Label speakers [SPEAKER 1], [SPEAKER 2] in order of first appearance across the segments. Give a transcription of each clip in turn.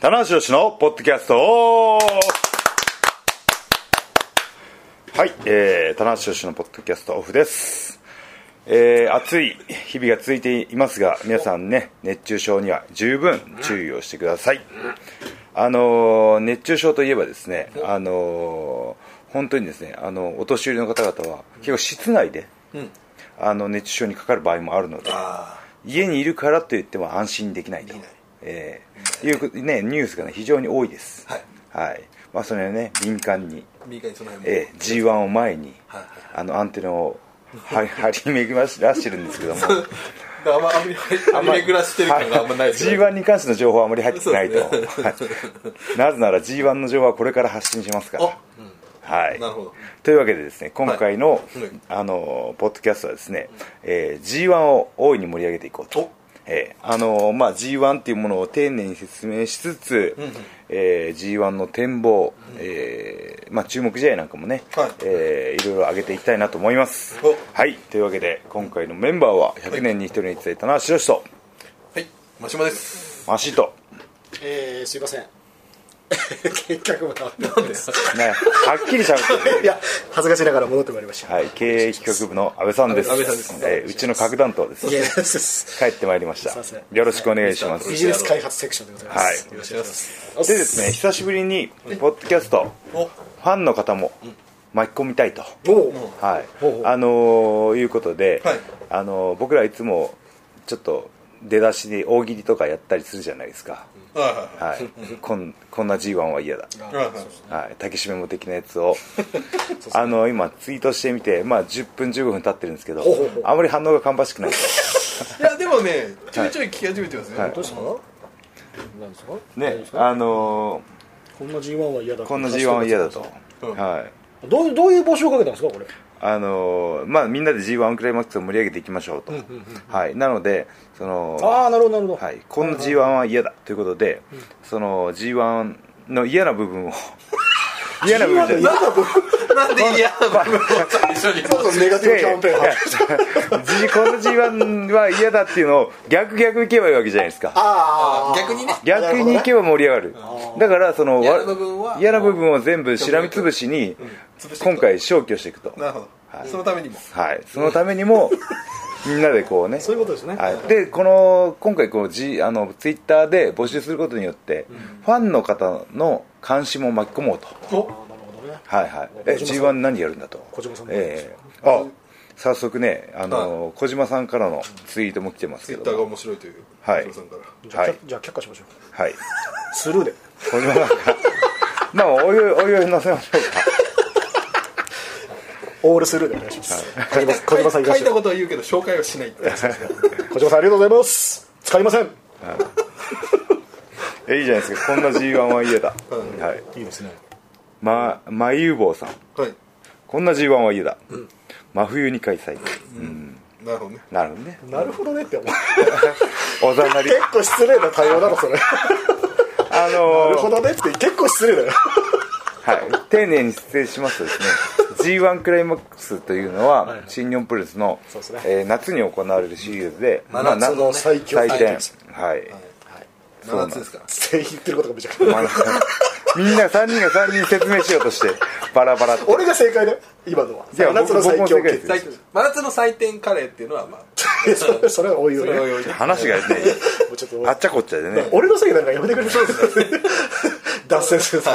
[SPEAKER 1] 棚橋宏のポッドキャストオフはい、えー、棚橋宏のポッドキャストオフです、えー、暑い日々が続いていますが皆さんね熱中症には十分注意をしてくださいあのー熱中症といえばですねあのー本当にですねあのお年寄りの方々は結構室内で、あの熱中症にかかる場合もあるので
[SPEAKER 2] あ
[SPEAKER 1] 家にいるからといっても安心できないと
[SPEAKER 2] できない
[SPEAKER 1] えーいうことね、ニュースが、ね、非常に多いです、
[SPEAKER 2] はい
[SPEAKER 1] まあ、それはね敏感に、
[SPEAKER 2] あ右側にその辺も、
[SPEAKER 1] えー、g 1を前に、
[SPEAKER 2] はいはい
[SPEAKER 1] あのアンテナをは張り巡らしてるんですけど も
[SPEAKER 2] だからあんまあんまりあんまり巡らしてる感があんまないですけ
[SPEAKER 1] g
[SPEAKER 2] ど
[SPEAKER 1] 1に関しての情報はあまり入ってきてないと、
[SPEAKER 2] そうですね
[SPEAKER 1] はいなぜなら g 1の情報はこれから発信しますから、
[SPEAKER 2] あうん
[SPEAKER 1] はい、
[SPEAKER 2] なるほど
[SPEAKER 1] というわけでですね今回の、
[SPEAKER 2] うん
[SPEAKER 1] あのポッドキャストはですね、えー、g 1を大いに盛り上げていこうと
[SPEAKER 2] お、
[SPEAKER 1] えーあのまあ、g 1っていうものを丁寧に説明しつつ、えー、g 1の展望、えーまあ、注目試合なんかもね、
[SPEAKER 2] はい
[SPEAKER 1] えーいろいろ上げていきたいなと思います
[SPEAKER 2] お
[SPEAKER 1] はいというわけで今回のメンバーは100年に一人に伝えたのは白石と
[SPEAKER 2] はいマシモです
[SPEAKER 1] マシと、
[SPEAKER 3] えー、すいません結局またなんです
[SPEAKER 1] ね、はっきりしゃべってる
[SPEAKER 3] いや恥ずかしながら戻ってまいりました、
[SPEAKER 1] はい、経営企画部の安倍さんです
[SPEAKER 2] 安倍さんです
[SPEAKER 1] えーうちの核弾頭です
[SPEAKER 3] いやです
[SPEAKER 1] 帰ってまいりました
[SPEAKER 3] すいません
[SPEAKER 1] よろしくお願いしま
[SPEAKER 2] は
[SPEAKER 1] す
[SPEAKER 3] ビジネス開発セクションでございます、
[SPEAKER 1] はい
[SPEAKER 2] よろしくお願いし
[SPEAKER 3] おっ
[SPEAKER 1] でですね久しぶりにポッドキャスト
[SPEAKER 2] ますお
[SPEAKER 1] ファンの方も巻き込みたいと、
[SPEAKER 3] おう
[SPEAKER 1] はい
[SPEAKER 3] ほうほう
[SPEAKER 1] あのーいうことで、
[SPEAKER 2] はい
[SPEAKER 1] あのー僕らいつもちょっと出だしで大喜利とかやったりするじゃないですか、
[SPEAKER 2] はいはい
[SPEAKER 1] はい、こんこんな g 1は嫌だ、
[SPEAKER 2] はいはい
[SPEAKER 1] はい、竹締めも的なや つをあのー今ツイートしてみて、まあ、10分15分経ってるんですけど
[SPEAKER 3] ほうほうほう
[SPEAKER 1] あまり反応が芳しくないです
[SPEAKER 2] いやでもねちょいちょい聞き始めてますね、
[SPEAKER 1] はい
[SPEAKER 3] どうしたのなんですか大丈夫
[SPEAKER 1] ね
[SPEAKER 3] ですか
[SPEAKER 1] あの
[SPEAKER 3] こんな G1 は嫌だ
[SPEAKER 1] ーこんな g 1は嫌だと、
[SPEAKER 2] うん
[SPEAKER 1] はい
[SPEAKER 3] どうどういう募集をかけたんですかこれ
[SPEAKER 1] あのーまあ、みんなで g 1クライマックスを盛り上げていきましょうと、はい、なのでその
[SPEAKER 3] ああなるほどなるほど、
[SPEAKER 1] はい、この g 1は嫌だということで、その g 1の嫌な部分を 嫌な部分じゃない
[SPEAKER 2] なんで嫌な部分を一緒に
[SPEAKER 3] ネガティブキャンペーン
[SPEAKER 1] いやい や G- この g 1は嫌だっていうのを逆逆いけばいいわけじゃないですか
[SPEAKER 3] あ
[SPEAKER 2] 逆にね
[SPEAKER 1] 逆にいけば盛り上がるだからそのわ
[SPEAKER 2] 嫌な部分は
[SPEAKER 1] 嫌な部分を全部しらみつぶしに
[SPEAKER 2] 潰していくと
[SPEAKER 1] 今回消去していくと、
[SPEAKER 2] なるほど、そのためにも
[SPEAKER 1] はい、そのためにもみんなでこうね
[SPEAKER 3] あそういうことですね、
[SPEAKER 1] はい、でこの今回こう、G、あのツイッターで募集することによって、ファンの方の関心も巻き込もうと、
[SPEAKER 3] あーなるほどね
[SPEAKER 1] はいはい、
[SPEAKER 3] え
[SPEAKER 1] え
[SPEAKER 3] 小島
[SPEAKER 1] g
[SPEAKER 3] さ
[SPEAKER 1] 1何やるんだと
[SPEAKER 3] 小島さんも
[SPEAKER 1] ええあ早速ね、あの小島さんからのツイートも来てますけ
[SPEAKER 2] ツイッターが
[SPEAKER 1] ども
[SPEAKER 2] 面白いという
[SPEAKER 1] はい
[SPEAKER 2] 松尾さんから
[SPEAKER 3] じゃあ,、
[SPEAKER 1] はい
[SPEAKER 3] じゃあ却下しましょう
[SPEAKER 1] はい、
[SPEAKER 3] スルーで
[SPEAKER 1] 小島さんから まあおいおいおいおい載せましょうか
[SPEAKER 3] オールスルーでお願いします、 小島さん小島さんいらっ
[SPEAKER 2] 書い
[SPEAKER 3] しゃい
[SPEAKER 2] たことは言うけど紹介はしないっていう
[SPEAKER 3] 小島さんありがとうございます使いませんい
[SPEAKER 1] えいいじゃないですかこんな g 1は嫌だ、はい
[SPEAKER 3] いですね
[SPEAKER 1] ま、まゆうぼうさん
[SPEAKER 2] はい
[SPEAKER 1] こんな g 1は嫌だ、真冬に開催、
[SPEAKER 2] なるほどね
[SPEAKER 1] なるほどね
[SPEAKER 3] なるほどねって思う
[SPEAKER 1] おざなり
[SPEAKER 3] 結構失礼な対応だろ それ
[SPEAKER 1] あのー
[SPEAKER 3] なるほどねって結構失礼だよ
[SPEAKER 1] はい、丁寧に説明しますとですね G1 クライマックスというのは、新日本プロレスの、
[SPEAKER 3] そうですね
[SPEAKER 1] えー夏に行われるシリーズで、
[SPEAKER 2] 真夏
[SPEAKER 1] 夏
[SPEAKER 2] の
[SPEAKER 3] 最強
[SPEAKER 1] 祭典
[SPEAKER 3] 最
[SPEAKER 1] はい、
[SPEAKER 2] 真夏ですから
[SPEAKER 3] 全員言ってることがめちゃくちゃ
[SPEAKER 1] 真夏 みんな3人が3人説明しようとしてバラバラって
[SPEAKER 3] 俺が正解だよ今のはい
[SPEAKER 1] や
[SPEAKER 3] 真夏の最
[SPEAKER 1] 僕
[SPEAKER 3] 強
[SPEAKER 1] も正解です
[SPEAKER 3] 系
[SPEAKER 1] よ
[SPEAKER 2] 最近真夏の祭典カレーっていうのはまあ
[SPEAKER 3] それ それはおいおいね
[SPEAKER 2] そ
[SPEAKER 3] も
[SPEAKER 2] れを用意
[SPEAKER 1] 話がね
[SPEAKER 3] うちょっ
[SPEAKER 1] あっ
[SPEAKER 3] と
[SPEAKER 1] ちゃこっちゃでね
[SPEAKER 3] 俺のせいなんかやめてくれそうですね 脱線すると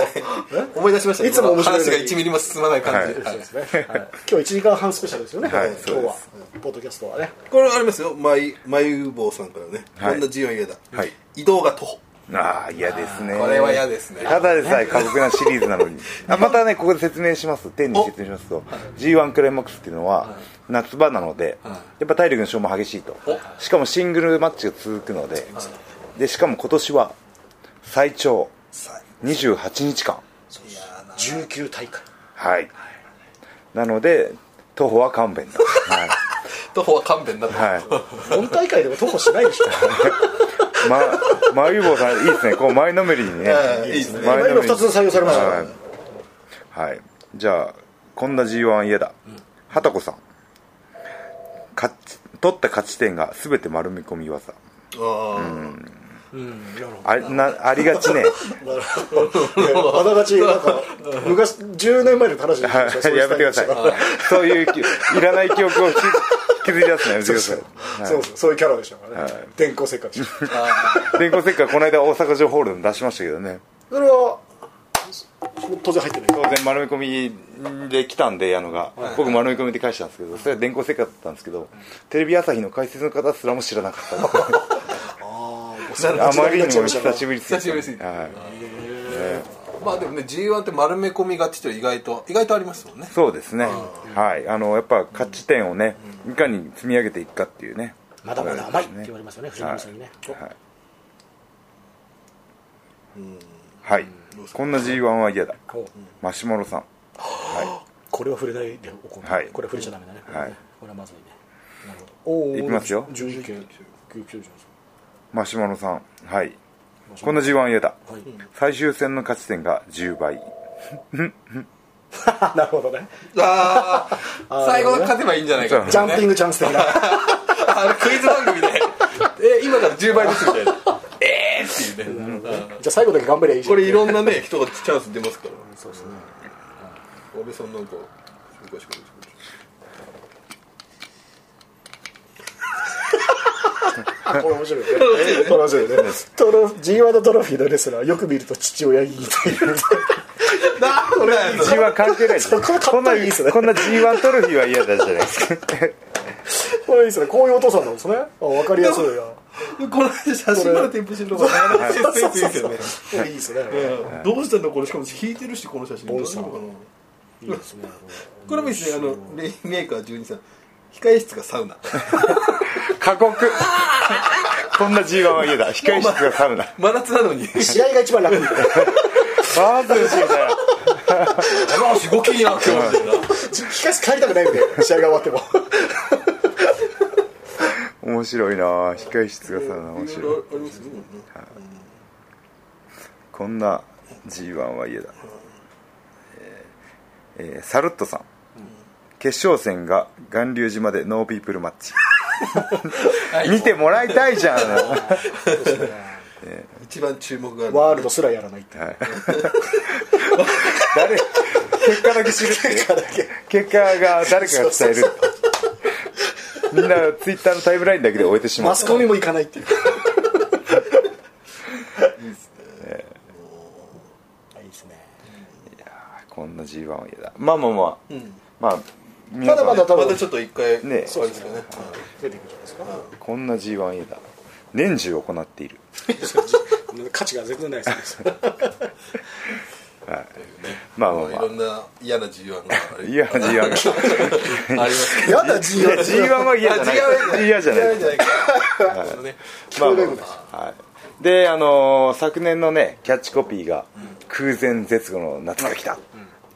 [SPEAKER 2] 思い出しました
[SPEAKER 3] いつも面白いの
[SPEAKER 2] 話が
[SPEAKER 3] に
[SPEAKER 2] 1ミリも進まない感じで、
[SPEAKER 3] そうですねはい今日1時間半スペシャルですよね
[SPEAKER 1] はい
[SPEAKER 3] 今日
[SPEAKER 1] そうで
[SPEAKER 3] は
[SPEAKER 1] す
[SPEAKER 3] ポッドキャストはね
[SPEAKER 2] これありますよまゆまゆぼうさんからね、
[SPEAKER 1] はい
[SPEAKER 2] こんな自由は嫌だ、
[SPEAKER 1] はい
[SPEAKER 2] 移動が徒歩
[SPEAKER 1] ああ嫌ですね
[SPEAKER 2] これは嫌ですね
[SPEAKER 1] ただでさえ過酷なシリーズなの にあまたねここで説明します丁寧に説明しますと g 1クライマックスっていうのは夏場なのでやっぱ体力の消耗激しいとしかもシングルマッチが続くのででしかも今年は最長
[SPEAKER 2] さ
[SPEAKER 1] 28日間
[SPEAKER 2] いやーな
[SPEAKER 3] 19大会
[SPEAKER 1] はいなので徒歩は勘弁だはい
[SPEAKER 2] 徒歩は勘弁だと、
[SPEAKER 1] はい
[SPEAKER 3] 本大会でも徒歩しないでしょ
[SPEAKER 1] ままゆぼうさんいいですねこう前のめりにね
[SPEAKER 2] はいいいですね
[SPEAKER 3] 今
[SPEAKER 1] 前のめりに
[SPEAKER 3] 2つ採用されましたから
[SPEAKER 1] はい、はい、じゃあこんな g 1嫌だ畑子さん勝ち取った勝ち点が全て丸め込み技
[SPEAKER 2] あーうん、なるほ
[SPEAKER 1] あなありがちね
[SPEAKER 3] なるほどいやあながちなんか昔10年前の話で
[SPEAKER 1] はい
[SPEAKER 3] そういう
[SPEAKER 1] やめてくだ
[SPEAKER 3] スタ
[SPEAKER 1] さ
[SPEAKER 3] イ
[SPEAKER 1] い
[SPEAKER 3] ル
[SPEAKER 1] そういう
[SPEAKER 3] でした
[SPEAKER 1] きいらない記憶を引き削り出すのやめてください
[SPEAKER 3] そうそうそういうキャラでしたからね電光石火でした
[SPEAKER 2] どあー
[SPEAKER 1] 電光石火この間大阪城ホールでも出しましたけどね
[SPEAKER 3] それは当然入ってない
[SPEAKER 1] 当然丸め込みで来たんで矢野が、僕丸め込みで返したんですけどそれは電光石火だったんですけどテレビ朝日の解説の方すらも知らなか った
[SPEAKER 3] あ
[SPEAKER 1] あまりにも久しぶ
[SPEAKER 3] ぶ
[SPEAKER 1] りすぎ
[SPEAKER 2] 久
[SPEAKER 1] て
[SPEAKER 2] しぶりすぎて
[SPEAKER 1] はい
[SPEAKER 2] まあでもね G1 って丸め込みがちっていうのは意外と意外とありますもんね
[SPEAKER 1] そうですね、はい、あのやっぱ勝ち点をね、いかに積み上げていくかっていうね、
[SPEAKER 3] まだまだ甘いって言われますよね藤波さんにね
[SPEAKER 1] はい、はい、こんな G1 は嫌だ、
[SPEAKER 3] おお
[SPEAKER 1] マシュマロさん、
[SPEAKER 3] これは触れないでおこう
[SPEAKER 1] はい
[SPEAKER 3] これは触れちゃダメだね
[SPEAKER 1] はい
[SPEAKER 3] これはまずいねなるほどおー
[SPEAKER 1] いきますよ
[SPEAKER 3] 11件9件じゃないですか
[SPEAKER 1] マシュマロさん、はい、
[SPEAKER 3] マシュ
[SPEAKER 1] こ
[SPEAKER 3] マ
[SPEAKER 1] んな G1 は嫌だ、
[SPEAKER 3] はい
[SPEAKER 1] 最終戦の勝ち点が10倍、
[SPEAKER 3] あ なるほどね
[SPEAKER 2] あ
[SPEAKER 3] あ
[SPEAKER 2] あ
[SPEAKER 3] ー
[SPEAKER 2] 最後は勝てばいいんじゃないかってね
[SPEAKER 3] ジャンピングチャンス的な
[SPEAKER 2] あのクイズ番組で え今から10倍ですみたいなえーっていうね
[SPEAKER 3] じゃあ最後だけ頑張りゃいいじ
[SPEAKER 2] こ
[SPEAKER 3] ゃん
[SPEAKER 2] れいろんなね人がチャンス出ますからそうですね安倍さんなんかおかしくない
[SPEAKER 3] あこれ面白いねこれ面白いねトロ G1 のトロフィーのレスラーよく見ると父親に似ている
[SPEAKER 2] なんだよ
[SPEAKER 1] G1 関係ないです
[SPEAKER 3] そこはか
[SPEAKER 1] こ
[SPEAKER 3] っ
[SPEAKER 1] ん
[SPEAKER 3] こ
[SPEAKER 1] ない
[SPEAKER 3] いですね
[SPEAKER 1] こんな G1 トロフィーは嫌だじゃないですか、
[SPEAKER 3] これいいですねこういうお父さんなんですねあ分かりやすいや
[SPEAKER 2] この間写真から添付してるとこなかなか
[SPEAKER 3] そう
[SPEAKER 2] セ
[SPEAKER 3] そ
[SPEAKER 2] ン
[SPEAKER 3] う
[SPEAKER 2] スいい
[SPEAKER 3] そう
[SPEAKER 2] ですよね
[SPEAKER 3] いいですね
[SPEAKER 2] うんどうしたのこれしかも引いてるしこの写真どうしたのかない
[SPEAKER 3] いですね
[SPEAKER 2] これもいいですねあのレインメーカー12さん控え室がサウナ
[SPEAKER 1] 過酷、こんな G1 は嫌だ、控え室がサウナ、
[SPEAKER 2] 真夏なのに
[SPEAKER 3] 試合が一番楽みたいな
[SPEAKER 1] バーズーみたいな。
[SPEAKER 2] あしごきいいな今日みたいな
[SPEAKER 3] 聞かせ帰りたくないんで試合が終わっても
[SPEAKER 1] 面白いなぁ控え室がさ面
[SPEAKER 2] い
[SPEAKER 1] 白い
[SPEAKER 2] ろいろありますね
[SPEAKER 1] こんな G1 は嫌だえーえーサルットさん決勝戦が巌流島でノーピープルマッチ見てもらいたいじゃんは
[SPEAKER 2] 一番注目がある
[SPEAKER 3] ワールドすらやらないって
[SPEAKER 1] い誰結果だけ知るっていう結果が誰かが伝えるみんなツイッターのタイムラインだけで終えてしまう
[SPEAKER 3] マスコミも行かないっていういいですね
[SPEAKER 1] こんな G1 は嫌だまあまあまあ、まあ皆
[SPEAKER 3] ま
[SPEAKER 1] さ
[SPEAKER 3] だ
[SPEAKER 1] ん
[SPEAKER 3] まだ多
[SPEAKER 2] ま
[SPEAKER 3] 分
[SPEAKER 2] たちょっと一回
[SPEAKER 1] ね
[SPEAKER 2] そうですよね
[SPEAKER 3] 出てくるじゃない ですか
[SPEAKER 1] こんな G1 家だ年中行っている
[SPEAKER 3] 価値が全然ないですね
[SPEAKER 1] まあまあ
[SPEAKER 2] まあい
[SPEAKER 1] ま
[SPEAKER 2] ろんな嫌な G1 があ
[SPEAKER 1] あ
[SPEAKER 2] れ
[SPEAKER 1] いや G1 が
[SPEAKER 2] ありますけど
[SPEAKER 3] やだ G1
[SPEAKER 1] いや G1 は嫌じゃない嫌じゃない
[SPEAKER 2] じゃないか
[SPEAKER 1] まあまあまあはいであのー昨年のねキャッチコピーが「空前絶後の夏が来た」っ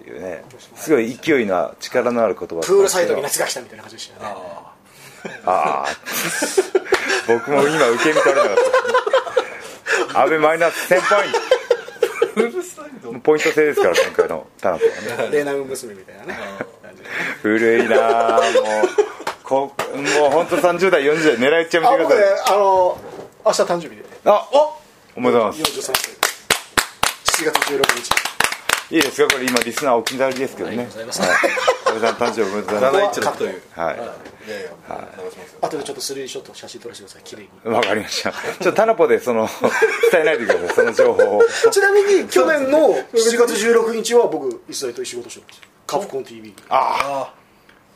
[SPEAKER 1] ていうねすごい勢いの力のある言葉だった
[SPEAKER 3] プ
[SPEAKER 1] ん
[SPEAKER 3] ー
[SPEAKER 1] で
[SPEAKER 3] ル
[SPEAKER 1] す
[SPEAKER 3] サ
[SPEAKER 1] け
[SPEAKER 3] イ
[SPEAKER 1] ど
[SPEAKER 3] ドに夏が来たみたいな感じでしたよね
[SPEAKER 1] ああ僕も今受け身取れなかった安倍マイナス1000ポイン
[SPEAKER 2] プールサイド
[SPEAKER 1] トポイント制ですから今回の田辺はね
[SPEAKER 3] レーナウ娘みたいなね
[SPEAKER 1] 古いなあもうこもう本当三30代40代狙いっちゃ
[SPEAKER 3] あ
[SPEAKER 1] めて
[SPEAKER 3] 僕
[SPEAKER 1] く
[SPEAKER 3] ね
[SPEAKER 1] ださい
[SPEAKER 3] あの明日誕生日で
[SPEAKER 1] あおおめでとうござい
[SPEAKER 3] 43
[SPEAKER 1] ます
[SPEAKER 3] 歳7月16日
[SPEAKER 1] いいですかこれ今リスナーお気になりですけどねはい安倍さん誕生日おめでとうござい
[SPEAKER 2] 7
[SPEAKER 1] ま
[SPEAKER 2] イチという
[SPEAKER 1] すはい
[SPEAKER 2] やいや流しますよ
[SPEAKER 3] あとでちょっとスリーショット写真撮らせてください綺麗に
[SPEAKER 1] いわかりましたちょっとタナポでその 伝えないでくださいその情報を
[SPEAKER 3] ちなみに去年の7月16日は僕一斉と仕事してたんですよカプコン TV
[SPEAKER 1] ああ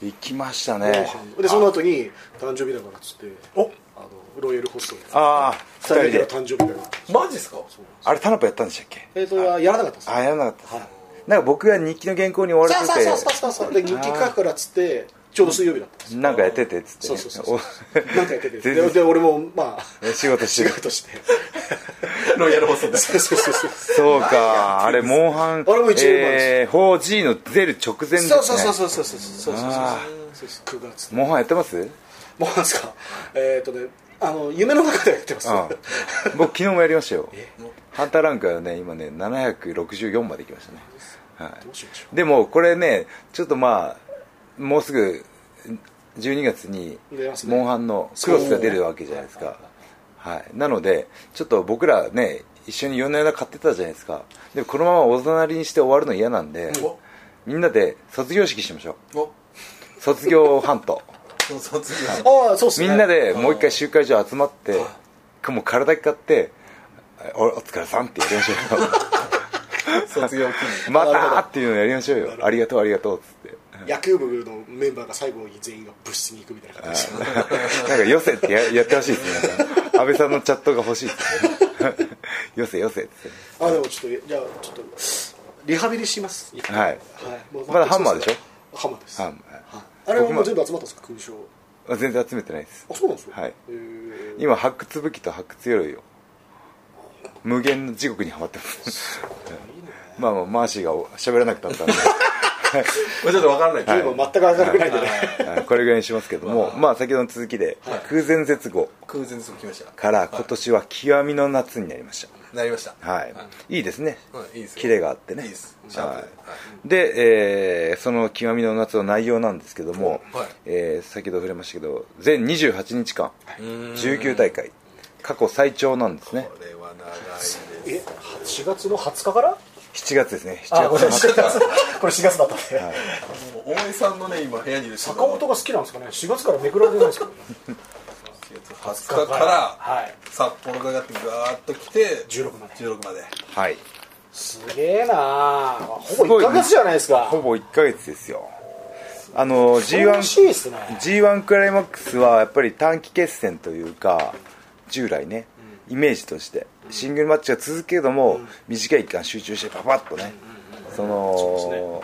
[SPEAKER 1] 行きましたね
[SPEAKER 3] でその後に誕生日だからっつって
[SPEAKER 2] お
[SPEAKER 3] あのロイヤルホストで
[SPEAKER 1] ああ
[SPEAKER 3] 2人
[SPEAKER 1] 2人
[SPEAKER 3] だけの
[SPEAKER 1] で
[SPEAKER 3] 誕生日だから
[SPEAKER 2] マジっすか
[SPEAKER 1] あれタナポやったんでしたっけ
[SPEAKER 3] えっとやらなかったです
[SPEAKER 1] あやらなかったですなんか僕が日記の原稿に追われ
[SPEAKER 3] さあさあさあ
[SPEAKER 1] て
[SPEAKER 3] さあさあさあで日記書くからっつってちょうど水曜日だったんです
[SPEAKER 1] てなんかやっててっつって
[SPEAKER 3] そ
[SPEAKER 1] ね
[SPEAKER 3] うそうそうそう
[SPEAKER 1] お
[SPEAKER 3] なんかやってて
[SPEAKER 1] 全
[SPEAKER 3] で
[SPEAKER 1] 然
[SPEAKER 3] で俺もまあ
[SPEAKER 1] 仕事して
[SPEAKER 3] 仕
[SPEAKER 1] る
[SPEAKER 3] 事して
[SPEAKER 2] ロイヤルホストで
[SPEAKER 3] そうそうそうそう
[SPEAKER 1] そうか、あれ、モンハン、
[SPEAKER 3] あれも一年前です
[SPEAKER 1] えー 4G の出る直前ですね。
[SPEAKER 3] そうそうそうそうそうそうそうそうそうそうそう9月
[SPEAKER 1] モンハンやって ます
[SPEAKER 3] もうなんですかえっとねあの夢の中でやってます
[SPEAKER 1] ああ僕、昨日もやりましたよ。ハンターランクはね、今ね、764まで行きましたね。は
[SPEAKER 3] どうしましょ
[SPEAKER 1] い、でも、これね、ちょっとまあ、もうすぐ12月に
[SPEAKER 3] 出ます、ね
[SPEAKER 1] モンハンのクロスが出るわけじゃないですか。はい、なのでちょっと僕らね一緒に夜な夜な買ってたじゃないですかでもこのままおざなりにして終わるの嫌なんで、
[SPEAKER 2] うん
[SPEAKER 1] みんなで卒業式しましょ
[SPEAKER 2] お
[SPEAKER 1] う卒業ハント
[SPEAKER 2] そうそう次は
[SPEAKER 3] ああそうっす
[SPEAKER 1] み
[SPEAKER 3] ね
[SPEAKER 1] んなでもう一回集会所集まってもう体買っておお疲れさんってやりまし ょ
[SPEAKER 2] 卒業記
[SPEAKER 1] うまたーっていうのやりましょうよありがとうありがとうっつって
[SPEAKER 3] 野球部のメンバーが最後に全員が部室に行くみたいな感じで
[SPEAKER 1] なんか「よせ」ってややってほしいですねなんか安倍さんのチャットが欲しいですねよせよせって
[SPEAKER 3] あでもちょっとじゃあちょっとリハビリします
[SPEAKER 1] はい
[SPEAKER 3] もう
[SPEAKER 1] まだハンマーでし
[SPEAKER 3] ょハンマーです
[SPEAKER 1] ハンマ
[SPEAKER 3] はいあれはもう全部集まったんですか勲章
[SPEAKER 1] あ全然集めてないです
[SPEAKER 3] あそうなんですよ
[SPEAKER 1] はい
[SPEAKER 3] えー
[SPEAKER 1] 今発掘武器と発掘鎧を無限の地獄にはまってますまあまあマーシーがお喋らなくなったんで
[SPEAKER 2] 念ちょっと分からないけ
[SPEAKER 3] ゲ
[SPEAKER 2] ど
[SPEAKER 3] ームは全く上がらないんでね
[SPEAKER 1] はいこれぐらいにしますけど もまあ先ほどの続きで空前絶後
[SPEAKER 2] 空前すぐ来ました
[SPEAKER 1] から今年は極みの夏になりまし
[SPEAKER 2] なりました
[SPEAKER 1] たはいいいですね
[SPEAKER 2] うんいいですよ
[SPEAKER 1] キレがあってね
[SPEAKER 2] いいですシャープ
[SPEAKER 1] は
[SPEAKER 2] ではい
[SPEAKER 1] いでえーその極みの夏の内容なんですけども
[SPEAKER 2] はい
[SPEAKER 1] えー先ほど触れましたけど全28日間19大会過去最長なんですね
[SPEAKER 2] これは長いです
[SPEAKER 3] え4月の20日から
[SPEAKER 1] 7月ですね
[SPEAKER 3] あ
[SPEAKER 1] 7
[SPEAKER 3] ご
[SPEAKER 1] 月
[SPEAKER 3] めんなさい4月これ4月だったんで、
[SPEAKER 2] もう大江さんのね今部屋にいる
[SPEAKER 3] 坂本が好きなんですかね4月からめくられてないですけどね
[SPEAKER 2] 20日か
[SPEAKER 3] は
[SPEAKER 2] ら
[SPEAKER 3] い
[SPEAKER 2] 札幌がやってガーッと来て
[SPEAKER 3] 16まで
[SPEAKER 2] 16まです
[SPEAKER 1] はい
[SPEAKER 3] すげえなあほぼ1ヶ月じゃないですか
[SPEAKER 1] ほぼ1ヶ月ですよあの
[SPEAKER 3] 楽しい
[SPEAKER 1] G1
[SPEAKER 3] ですね
[SPEAKER 1] G1 クライマックスはやっぱり短期決戦というか従来ねイメージとしてシングルマッチが続くけども短い期間集中してパパッとねその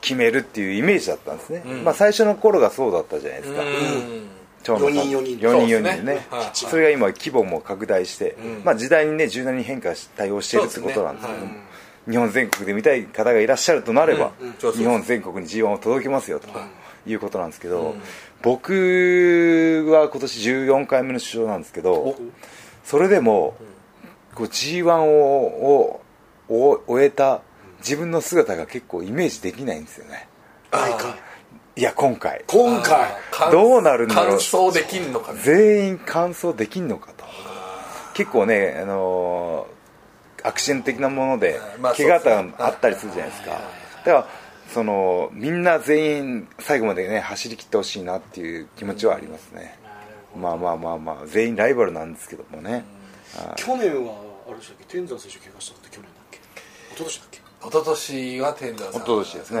[SPEAKER 1] 決めるっていうイメージだったんですねまあ最初の頃がそうだったじゃないですか長野さん
[SPEAKER 3] 4人4
[SPEAKER 1] 4
[SPEAKER 3] 人
[SPEAKER 1] 人
[SPEAKER 2] そう
[SPEAKER 1] 4
[SPEAKER 2] です
[SPEAKER 1] 人
[SPEAKER 2] ね
[SPEAKER 1] ね
[SPEAKER 2] はい
[SPEAKER 1] それが今規模も拡大してまあ時代にね柔軟に変化し対応しているってことなんですけど
[SPEAKER 2] そう
[SPEAKER 1] も
[SPEAKER 2] ですね
[SPEAKER 1] 日本全国で見たい方がいらっしゃるとなれば、
[SPEAKER 2] うんうんそうそう
[SPEAKER 1] 日本全国に G1 を届けますよということなんですけど、僕は今年14回目の出場なんですけどそれでも、こう G1 ををを終えた自分の姿が結構イメージできないんですよね
[SPEAKER 3] ないか
[SPEAKER 1] いや今回
[SPEAKER 3] 今回
[SPEAKER 2] 完
[SPEAKER 1] どうなるんだろう
[SPEAKER 2] 完走できんのかね
[SPEAKER 1] 全員完走できんのかと結構ね、あのーアクシデント的なもので
[SPEAKER 2] うんまあ
[SPEAKER 1] 怪我
[SPEAKER 2] そうです
[SPEAKER 1] が
[SPEAKER 2] ね
[SPEAKER 1] あったりするじゃないですかだからそのみんな全員最後までね走り切ってほしいなっていう気持ちはありますねまあまあまあまあ全員ライバルなんですけどもね
[SPEAKER 3] 去年はあれでしたっけ天山選手怪我したのって去年だっけ一昨年だっけ
[SPEAKER 2] 一昨年は天山さん
[SPEAKER 1] 一昨年ですね
[SPEAKER 2] あ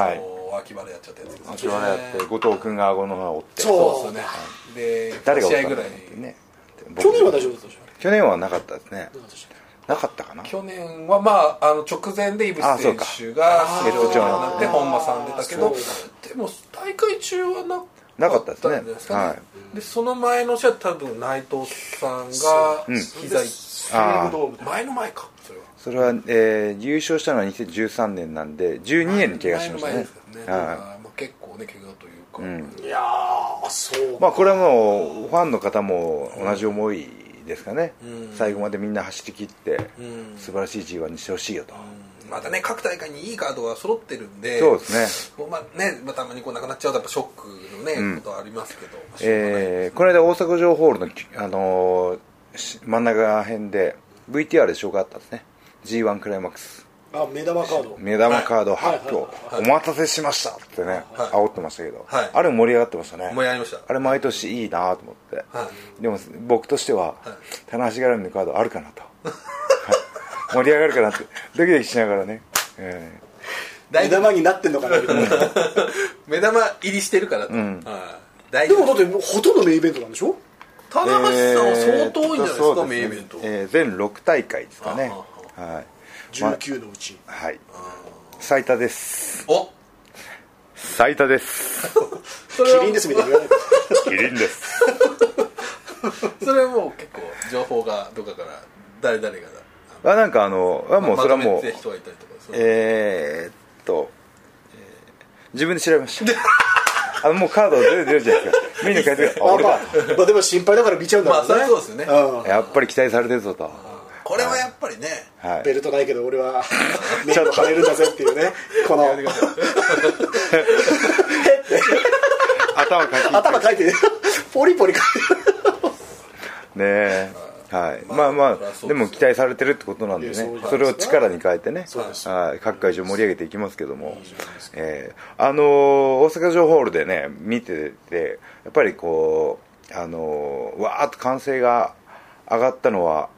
[SPEAKER 1] は
[SPEAKER 2] の秋葉原やっちゃったやつですね
[SPEAKER 1] 秋葉原やって後藤君が顎の方を折って
[SPEAKER 3] そう
[SPEAKER 2] そうですねで
[SPEAKER 1] 誰が
[SPEAKER 2] 試
[SPEAKER 1] 折っ
[SPEAKER 2] 合
[SPEAKER 1] たん
[SPEAKER 2] ぐ
[SPEAKER 1] だ
[SPEAKER 2] ら
[SPEAKER 1] ろ
[SPEAKER 2] いう
[SPEAKER 1] ってね僕
[SPEAKER 3] 去年は大丈夫だったでしょ
[SPEAKER 1] 去年はなかったですね
[SPEAKER 3] どうだったでしょ
[SPEAKER 1] なかったかな
[SPEAKER 2] 去年はまああの直前で井
[SPEAKER 1] あそ
[SPEAKER 2] 渕
[SPEAKER 1] う
[SPEAKER 2] 選
[SPEAKER 1] か
[SPEAKER 2] 手が
[SPEAKER 1] ヘ
[SPEAKER 2] 出場
[SPEAKER 1] ッド長
[SPEAKER 2] になって本間さん出たけど
[SPEAKER 3] そう
[SPEAKER 2] でも大会中はな
[SPEAKER 1] なかったですね
[SPEAKER 2] なじゃないか
[SPEAKER 1] は
[SPEAKER 2] でその前の試合多分内藤さんが膝痛
[SPEAKER 3] 西武ドームで
[SPEAKER 2] い前の前かそれは
[SPEAKER 1] それは、えー優勝したのは2013年なんで12年に怪我しました
[SPEAKER 2] 前の前で
[SPEAKER 1] ね
[SPEAKER 2] すからねだから
[SPEAKER 1] はい
[SPEAKER 2] まあ結構ね怪我というか、
[SPEAKER 3] いやーそう
[SPEAKER 1] まあこれはもうファンの方も同じ思いですかね、最後までみんな走り切って、
[SPEAKER 2] ん
[SPEAKER 1] 素晴らしい G1 にしてほしいよと、
[SPEAKER 2] またね各大会にいいカードが揃ってるんで
[SPEAKER 1] そうです
[SPEAKER 2] ね,、まあ、ねまあたまにこうなくなっちゃうとやっぱショックのね、ことはありますけど、
[SPEAKER 1] えーこの間大阪城ホールの、あのーし真ん中辺で VTR で紹介あったんですね G1 クライマックス
[SPEAKER 3] あ目玉カード
[SPEAKER 1] 目玉カード発表、
[SPEAKER 2] はいはいはい
[SPEAKER 1] お待たせしましたってね、煽ってましたけど、
[SPEAKER 2] はい
[SPEAKER 1] あれも盛り上がってましたね
[SPEAKER 2] 盛り上がりました
[SPEAKER 1] あれ毎年いいなと思って、
[SPEAKER 2] は
[SPEAKER 1] でも僕としては、棚橋絡みのカードあるかなと、はい盛り上がるかなってドキドキしながらね、えー
[SPEAKER 2] 大
[SPEAKER 3] 目
[SPEAKER 2] 丈夫
[SPEAKER 3] 玉になってんのかなみたいな
[SPEAKER 2] 目玉入りしてるからと、はい大
[SPEAKER 3] で
[SPEAKER 2] 丈
[SPEAKER 3] も
[SPEAKER 2] 夫
[SPEAKER 3] だってほとんどメインイベントなんでしょ
[SPEAKER 2] 田中さんは相当多いんじゃないですか、
[SPEAKER 1] えーそう
[SPEAKER 2] メインイベン
[SPEAKER 1] ね
[SPEAKER 2] ト、
[SPEAKER 1] えー全6大会ですかねはいま
[SPEAKER 3] 19のうち
[SPEAKER 1] はい最多です
[SPEAKER 2] お
[SPEAKER 1] 最多です
[SPEAKER 2] そ
[SPEAKER 3] キ
[SPEAKER 2] れは
[SPEAKER 3] リンですみたいな言わない
[SPEAKER 1] キリンです
[SPEAKER 2] それはもう結構情報がどっかから誰々 が
[SPEAKER 1] あなんかあのあもうそれはも
[SPEAKER 2] ま
[SPEAKER 1] う
[SPEAKER 2] とめて人がいたりとかそう
[SPEAKER 1] えー、っと、えー自分で調べました あのもうカード出る出るじゃないですか見に帰ってくるあ
[SPEAKER 3] まあ
[SPEAKER 1] 俺だ
[SPEAKER 3] まあまあでも心配だから見ちゃうんだろうね
[SPEAKER 2] まあそりゃそうですよ
[SPEAKER 3] うん
[SPEAKER 1] やっぱり期待されてるぞと、
[SPEAKER 2] これはやっぱりね
[SPEAKER 1] はい、
[SPEAKER 3] ベルトないけど俺はメインを張れるんだぜっていうねこの
[SPEAKER 1] 頭かき
[SPEAKER 3] 頭かいてポリポリかいて
[SPEAKER 1] ねはい、まあまあ、
[SPEAKER 2] そりゃそうですよ
[SPEAKER 1] でも期待されてるってことなんでね
[SPEAKER 3] いやそうです
[SPEAKER 1] そ
[SPEAKER 3] よ
[SPEAKER 1] れを力に変えてね
[SPEAKER 3] そうですよ
[SPEAKER 1] はい、各会場盛り上げていきますけども、えーあのー大阪城ホールでね見ててやっぱりこう、あのーわーっと歓声が上がったのは、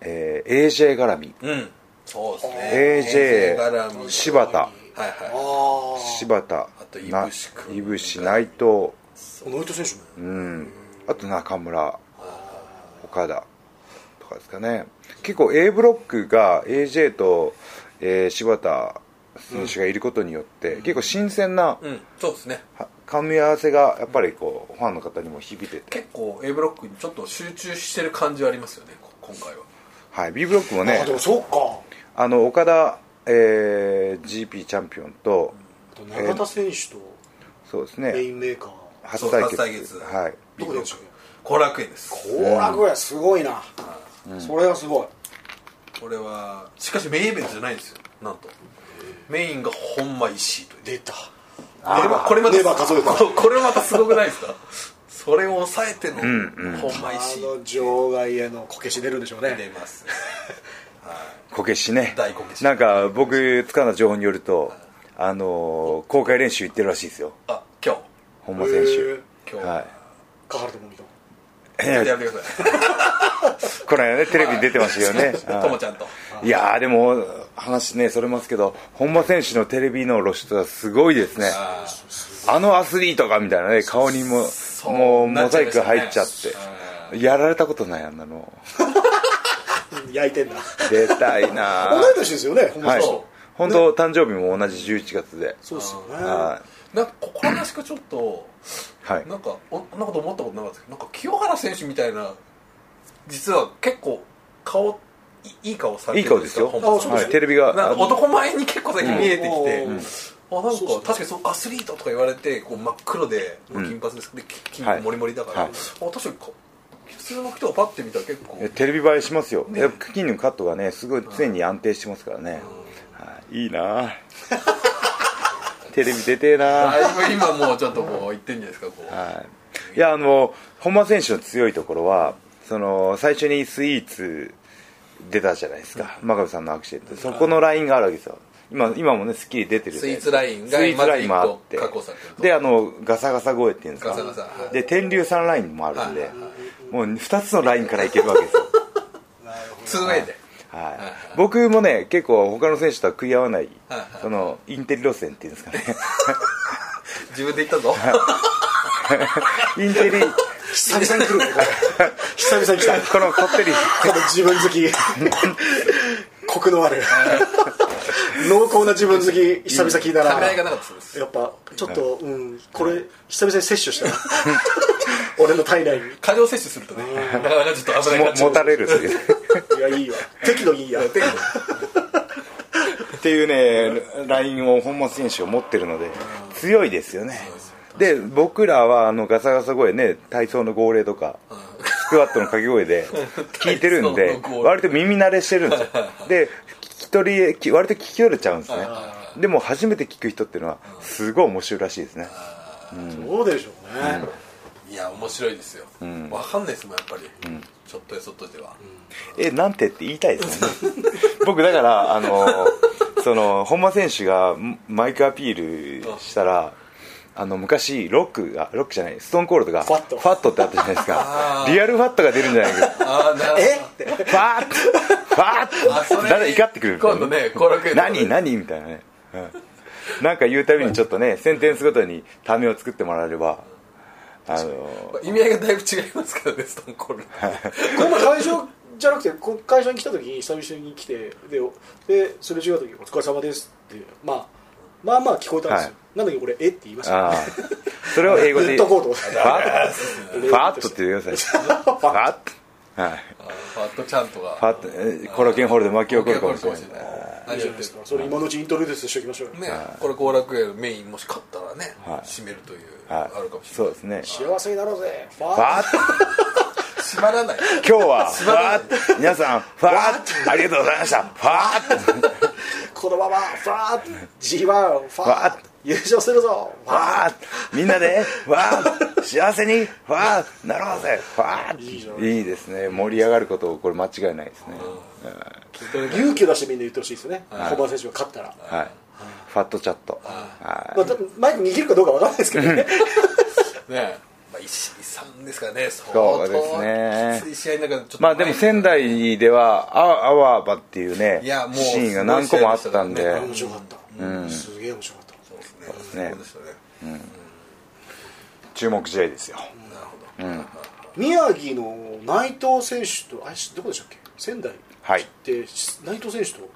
[SPEAKER 1] えー AJ 絡み
[SPEAKER 2] うんそうですね
[SPEAKER 1] AJ
[SPEAKER 2] 絡み
[SPEAKER 1] 柴田
[SPEAKER 2] はい
[SPEAKER 3] あ
[SPEAKER 2] は
[SPEAKER 3] あ
[SPEAKER 1] 柴田
[SPEAKER 2] あと
[SPEAKER 1] ない
[SPEAKER 2] ぶし君
[SPEAKER 1] いぶし内藤
[SPEAKER 3] ノイト選手も
[SPEAKER 1] うんあと中村岡田とかですかね結構 A ブロックが AJ と、えー柴田選手がいることによって、結構新鮮な、
[SPEAKER 2] いうんそうですね
[SPEAKER 1] は噛み合わせがやっぱりこうファンの方にも響いてて、
[SPEAKER 2] 結構 A ブロックにちょっと集中してる感じはありますよねこ今回は
[SPEAKER 1] はい、B ブロックも
[SPEAKER 3] ね
[SPEAKER 1] ね
[SPEAKER 3] あでもそうか
[SPEAKER 1] あの岡田、えー GP チャンピオンと、
[SPEAKER 3] あと永田選手と
[SPEAKER 1] そうです
[SPEAKER 3] メイ
[SPEAKER 1] ね
[SPEAKER 3] ンメーカー
[SPEAKER 1] 初対決
[SPEAKER 2] そう初対決
[SPEAKER 1] はい、
[SPEAKER 3] どこでやるんですか
[SPEAKER 2] 後楽園です
[SPEAKER 3] 後楽園すごいな、それはすごい
[SPEAKER 2] これはしかしメインイベントじゃないんですよなんとメインが本間石井という
[SPEAKER 3] 出た
[SPEAKER 2] これまこれまた
[SPEAKER 3] レバー数えた
[SPEAKER 2] そうこれまたすごくないですかそれを抑えての本間
[SPEAKER 3] あ
[SPEAKER 2] 石井
[SPEAKER 3] の場外へのこけし出るんでしょう
[SPEAKER 2] 出
[SPEAKER 3] ね
[SPEAKER 2] ます
[SPEAKER 1] こけしね
[SPEAKER 2] 大こけし
[SPEAKER 1] なんか僕つかんだ情報によると、あのー公開練習行ってるらしいですよ
[SPEAKER 2] あ今日
[SPEAKER 1] 本間選手、
[SPEAKER 3] へー
[SPEAKER 2] 今日、
[SPEAKER 1] は
[SPEAKER 3] かはるともみと
[SPEAKER 2] やってやってくださ
[SPEAKER 1] い、この間ねテレビに出てましたよね、
[SPEAKER 2] いともちゃんと
[SPEAKER 1] いやーでも話ねそれますけど本間選手のテレビの露出はすごいですね
[SPEAKER 2] あ
[SPEAKER 1] あのアスリートがみたいなね顔にも
[SPEAKER 2] う
[SPEAKER 1] もうモザイク入っちゃっ
[SPEAKER 2] なっちゃいました
[SPEAKER 1] てやられたことないあんなの
[SPEAKER 3] 焼いてんだ
[SPEAKER 1] 出たいな
[SPEAKER 3] 同い年ですよね本
[SPEAKER 1] はい
[SPEAKER 2] そう
[SPEAKER 1] 本当誕生日も同じ11月で
[SPEAKER 3] そうですよね
[SPEAKER 1] は
[SPEAKER 2] なんかここらしくちょっと
[SPEAKER 1] い、はい、
[SPEAKER 2] なんかおそんなこと思ったことなかったですけどなんか清原選手みたいな実は結構顔いいい顔されてるんです
[SPEAKER 1] いい顔ですよ
[SPEAKER 2] 本間さん
[SPEAKER 3] あ
[SPEAKER 1] はい、テレビが
[SPEAKER 2] なんか
[SPEAKER 1] あ
[SPEAKER 2] 男前に結構最近見えてきて、
[SPEAKER 3] うん
[SPEAKER 2] あなんか
[SPEAKER 3] そうそう
[SPEAKER 2] 確かにそうアスリートとか言われてこう真っ黒で金髪です、でき筋
[SPEAKER 1] は
[SPEAKER 2] 肉
[SPEAKER 1] い
[SPEAKER 2] もりもりだから、
[SPEAKER 1] はい
[SPEAKER 2] あ確かにこ普通の人がパッて見たら結構
[SPEAKER 1] えテレビ映えしますよ、やっぱ筋肉カットがねすごい常に安定してますからね、はい、いい なあテレビ出てえなあ
[SPEAKER 2] だいぶ今もうちょっとこう言ってんじゃないですかこう、
[SPEAKER 1] はい、いやあの本間選手の強いところはその最初にスイーツ出たじゃないですか、真壁さんのアクシデントそこのラインがあるわけですよ今今もね『スッキリ』出てるじゃないですか
[SPEAKER 2] スイーツラインが
[SPEAKER 1] スイーツラインもあって
[SPEAKER 2] まず一個確保されてると
[SPEAKER 1] であのガサガサ声っていうんですか
[SPEAKER 2] ガサガサはい
[SPEAKER 1] で天竜さんラインもあるんで、
[SPEAKER 2] はいはい
[SPEAKER 1] もう2つのラインからいけるわけですよ、
[SPEAKER 2] ツーウェイで、
[SPEAKER 1] はい、僕もね結構他の選手とは食い合わない、
[SPEAKER 2] はいはい
[SPEAKER 1] そのインテリ路線っていうんですかね
[SPEAKER 2] 自分で言ったぞ
[SPEAKER 1] インテリ
[SPEAKER 3] 久々に来るねこれ 久々に来た
[SPEAKER 1] このこってり
[SPEAKER 3] この自分好きコクのある濃厚な自分好き久々聞 いた
[SPEAKER 2] 考
[SPEAKER 3] ら
[SPEAKER 2] えがなかったそうです
[SPEAKER 3] やっぱちょっと、うん、これ久々に摂取した俺の体内に
[SPEAKER 2] 過剰摂取するとねなかなかちょっと危ない感
[SPEAKER 1] も
[SPEAKER 2] じ
[SPEAKER 1] 持たれるっていう
[SPEAKER 3] いやいいよ適度にいいや
[SPEAKER 2] で
[SPEAKER 1] っていうねラインを本間選手を持ってるので強いですよねで僕らはあのガサガサ声ね体操の号令とかスクワットの掛け声で聞いてるんで
[SPEAKER 2] 体操の号令
[SPEAKER 1] 割と耳慣れしてるんですよで聞き取りき割と聞き取れちゃうんですねでも初めて聞く人っていうのはすごい面白いらしいですね
[SPEAKER 3] そうでしょうね、
[SPEAKER 2] いや面白いですよ、わかんないですもんやっぱり、ちょっとやそっとでは、
[SPEAKER 1] えなんてって言いたいですよね 僕だからあのその本間選手がんマイクアピールしたらあの昔ロックがロックじゃないストーンコールドが
[SPEAKER 3] ファット
[SPEAKER 1] ってあったじゃないです かリアルファットが出るんじゃないか
[SPEAKER 2] ああな るほど
[SPEAKER 3] えって
[SPEAKER 1] ファットファ
[SPEAKER 2] あそ
[SPEAKER 1] ッ
[SPEAKER 2] れ
[SPEAKER 1] トだんだん怒ってくる
[SPEAKER 2] 今度ね後楽園とかで
[SPEAKER 1] 何何みたいなね、うん、なんか言うたびにちょっとねセンテンスごとにためを作ってもらえればあの
[SPEAKER 2] まあ意味合いがだいぶ違いますからねストーンコールド
[SPEAKER 3] この会場じゃなくてこ会場に来た時に久々に来てででそれ違う時「お疲れ様です」って、まあ、まあまあ聞こえたんですよ、
[SPEAKER 1] は
[SPEAKER 3] なのに俺「えっ?」て言いました
[SPEAKER 1] あ
[SPEAKER 3] ね
[SPEAKER 1] あそれを英語で
[SPEAKER 3] 言っとこうと思って
[SPEAKER 1] ファットファットって言ってくださいファットはい
[SPEAKER 2] あーファットちゃんとが
[SPEAKER 1] パッとえーコロケンホールで巻き起こるかもしれない
[SPEAKER 2] 何
[SPEAKER 3] いい
[SPEAKER 2] や
[SPEAKER 3] じゃ
[SPEAKER 2] っ
[SPEAKER 3] ない
[SPEAKER 2] て
[SPEAKER 3] です
[SPEAKER 2] る
[SPEAKER 3] かそれ今のうちイントロデュースしておきましょうよ、
[SPEAKER 2] ねこれ後楽園メインもし勝ったらね
[SPEAKER 1] はい
[SPEAKER 2] 締めるというあ
[SPEAKER 1] は
[SPEAKER 2] るかも
[SPEAKER 1] い
[SPEAKER 2] し
[SPEAKER 1] そう
[SPEAKER 2] れな
[SPEAKER 1] ですね
[SPEAKER 3] 幸せになろうぜファー
[SPEAKER 1] パッと
[SPEAKER 2] い締まらない
[SPEAKER 1] 今日はファッと皆さんファッとありがとうございましたファッと
[SPEAKER 3] このままファーッ G1 ファーッ優勝するぞファ
[SPEAKER 1] わーみんなでわー幸せにわーなろうぜわ
[SPEAKER 3] いいじゃ
[SPEAKER 1] ー
[SPEAKER 3] ん
[SPEAKER 1] いいですね盛り上がることこれ間違いないですね
[SPEAKER 3] ーッ勇気を出してみんな言ってほしいですよね
[SPEAKER 2] はい
[SPEAKER 3] 小林選手が勝ったら、
[SPEAKER 1] はいファットチャット
[SPEAKER 3] ま
[SPEAKER 1] は
[SPEAKER 3] あ、多分マイク握るかどうかわかんないですけどね
[SPEAKER 2] ねまあ、石井さんですからね相
[SPEAKER 1] そ
[SPEAKER 2] 当
[SPEAKER 1] うですね
[SPEAKER 2] きつい試合の中でちょっ
[SPEAKER 1] いまあでも仙台ではああわばっていうね
[SPEAKER 2] いやもう
[SPEAKER 1] シーンが何個もあったん
[SPEAKER 2] すごい
[SPEAKER 1] で
[SPEAKER 2] 試合でしたからね
[SPEAKER 3] 面白かった、すげえ面白かった
[SPEAKER 2] そうですね
[SPEAKER 1] すね
[SPEAKER 2] そうでしたね
[SPEAKER 1] 注目試合ですよ
[SPEAKER 2] なるほど、
[SPEAKER 3] 宮城の内藤選手とあれどこでしたっけ仙台
[SPEAKER 1] はい
[SPEAKER 3] でし内藤選手と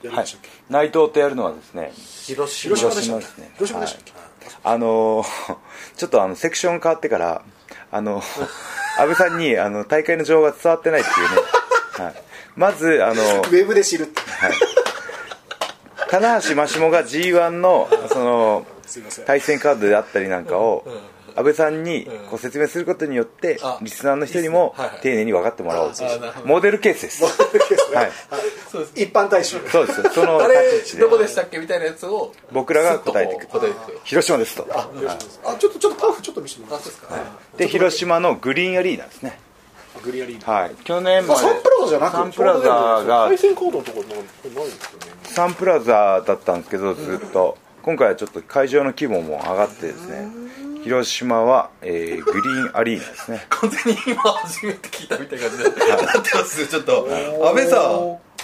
[SPEAKER 3] やり
[SPEAKER 1] は
[SPEAKER 3] ま
[SPEAKER 1] い
[SPEAKER 3] したっけ、
[SPEAKER 1] 内藤ってやるのはですね
[SPEAKER 2] 広島
[SPEAKER 3] 広島でした
[SPEAKER 1] 広島
[SPEAKER 3] っ
[SPEAKER 1] です
[SPEAKER 3] け
[SPEAKER 1] ね
[SPEAKER 3] 広島でしたっけ、
[SPEAKER 1] あの ーちょっとあのセクション変わってからあ の安倍さんにあの大会の情報が伝わってないっていうね、 はい、まずあの
[SPEAKER 3] ウェブで知るって
[SPEAKER 1] 棚橋真下が g 1のその
[SPEAKER 3] すいません
[SPEAKER 1] 対戦カードであったりなんかを安倍さんにこう説明することによって
[SPEAKER 2] あ
[SPEAKER 1] リスナーの人にも
[SPEAKER 2] いいっすねはい
[SPEAKER 1] 丁寧に分かってもらおうとい
[SPEAKER 2] あ
[SPEAKER 1] う
[SPEAKER 2] なるほど
[SPEAKER 1] モデルケースですはい
[SPEAKER 2] そうです
[SPEAKER 3] 一般大衆
[SPEAKER 1] そうですその
[SPEAKER 2] あ
[SPEAKER 1] 立ち位
[SPEAKER 2] れどこ
[SPEAKER 1] 置で
[SPEAKER 2] でしたっけみたいなやつを
[SPEAKER 1] 僕らが答えていく
[SPEAKER 2] スッとこう答えていく
[SPEAKER 1] 広島ですと
[SPEAKER 3] あよろしくですあちょっとちょっとパンフちょっと見せてもら
[SPEAKER 2] あ
[SPEAKER 3] っ
[SPEAKER 2] そう
[SPEAKER 3] て
[SPEAKER 2] で
[SPEAKER 3] いいですす
[SPEAKER 2] かね
[SPEAKER 1] で広島のグリーンアリーナですね
[SPEAKER 3] かグリーンアリーナ、
[SPEAKER 1] はい去年
[SPEAKER 3] ま
[SPEAKER 1] ま
[SPEAKER 3] あ、
[SPEAKER 1] で
[SPEAKER 3] サンプラザじゃなく
[SPEAKER 1] サンプラザが
[SPEAKER 3] 対戦コードのところなんこれないんですよね
[SPEAKER 1] サンプラザだったんですけどずっと今回はちょっと会場の規模も上がってですね広島は、えーグリーンアリーナです ね
[SPEAKER 2] 完全に今初めて聞いたみたいな感じになってますちょっと安倍さん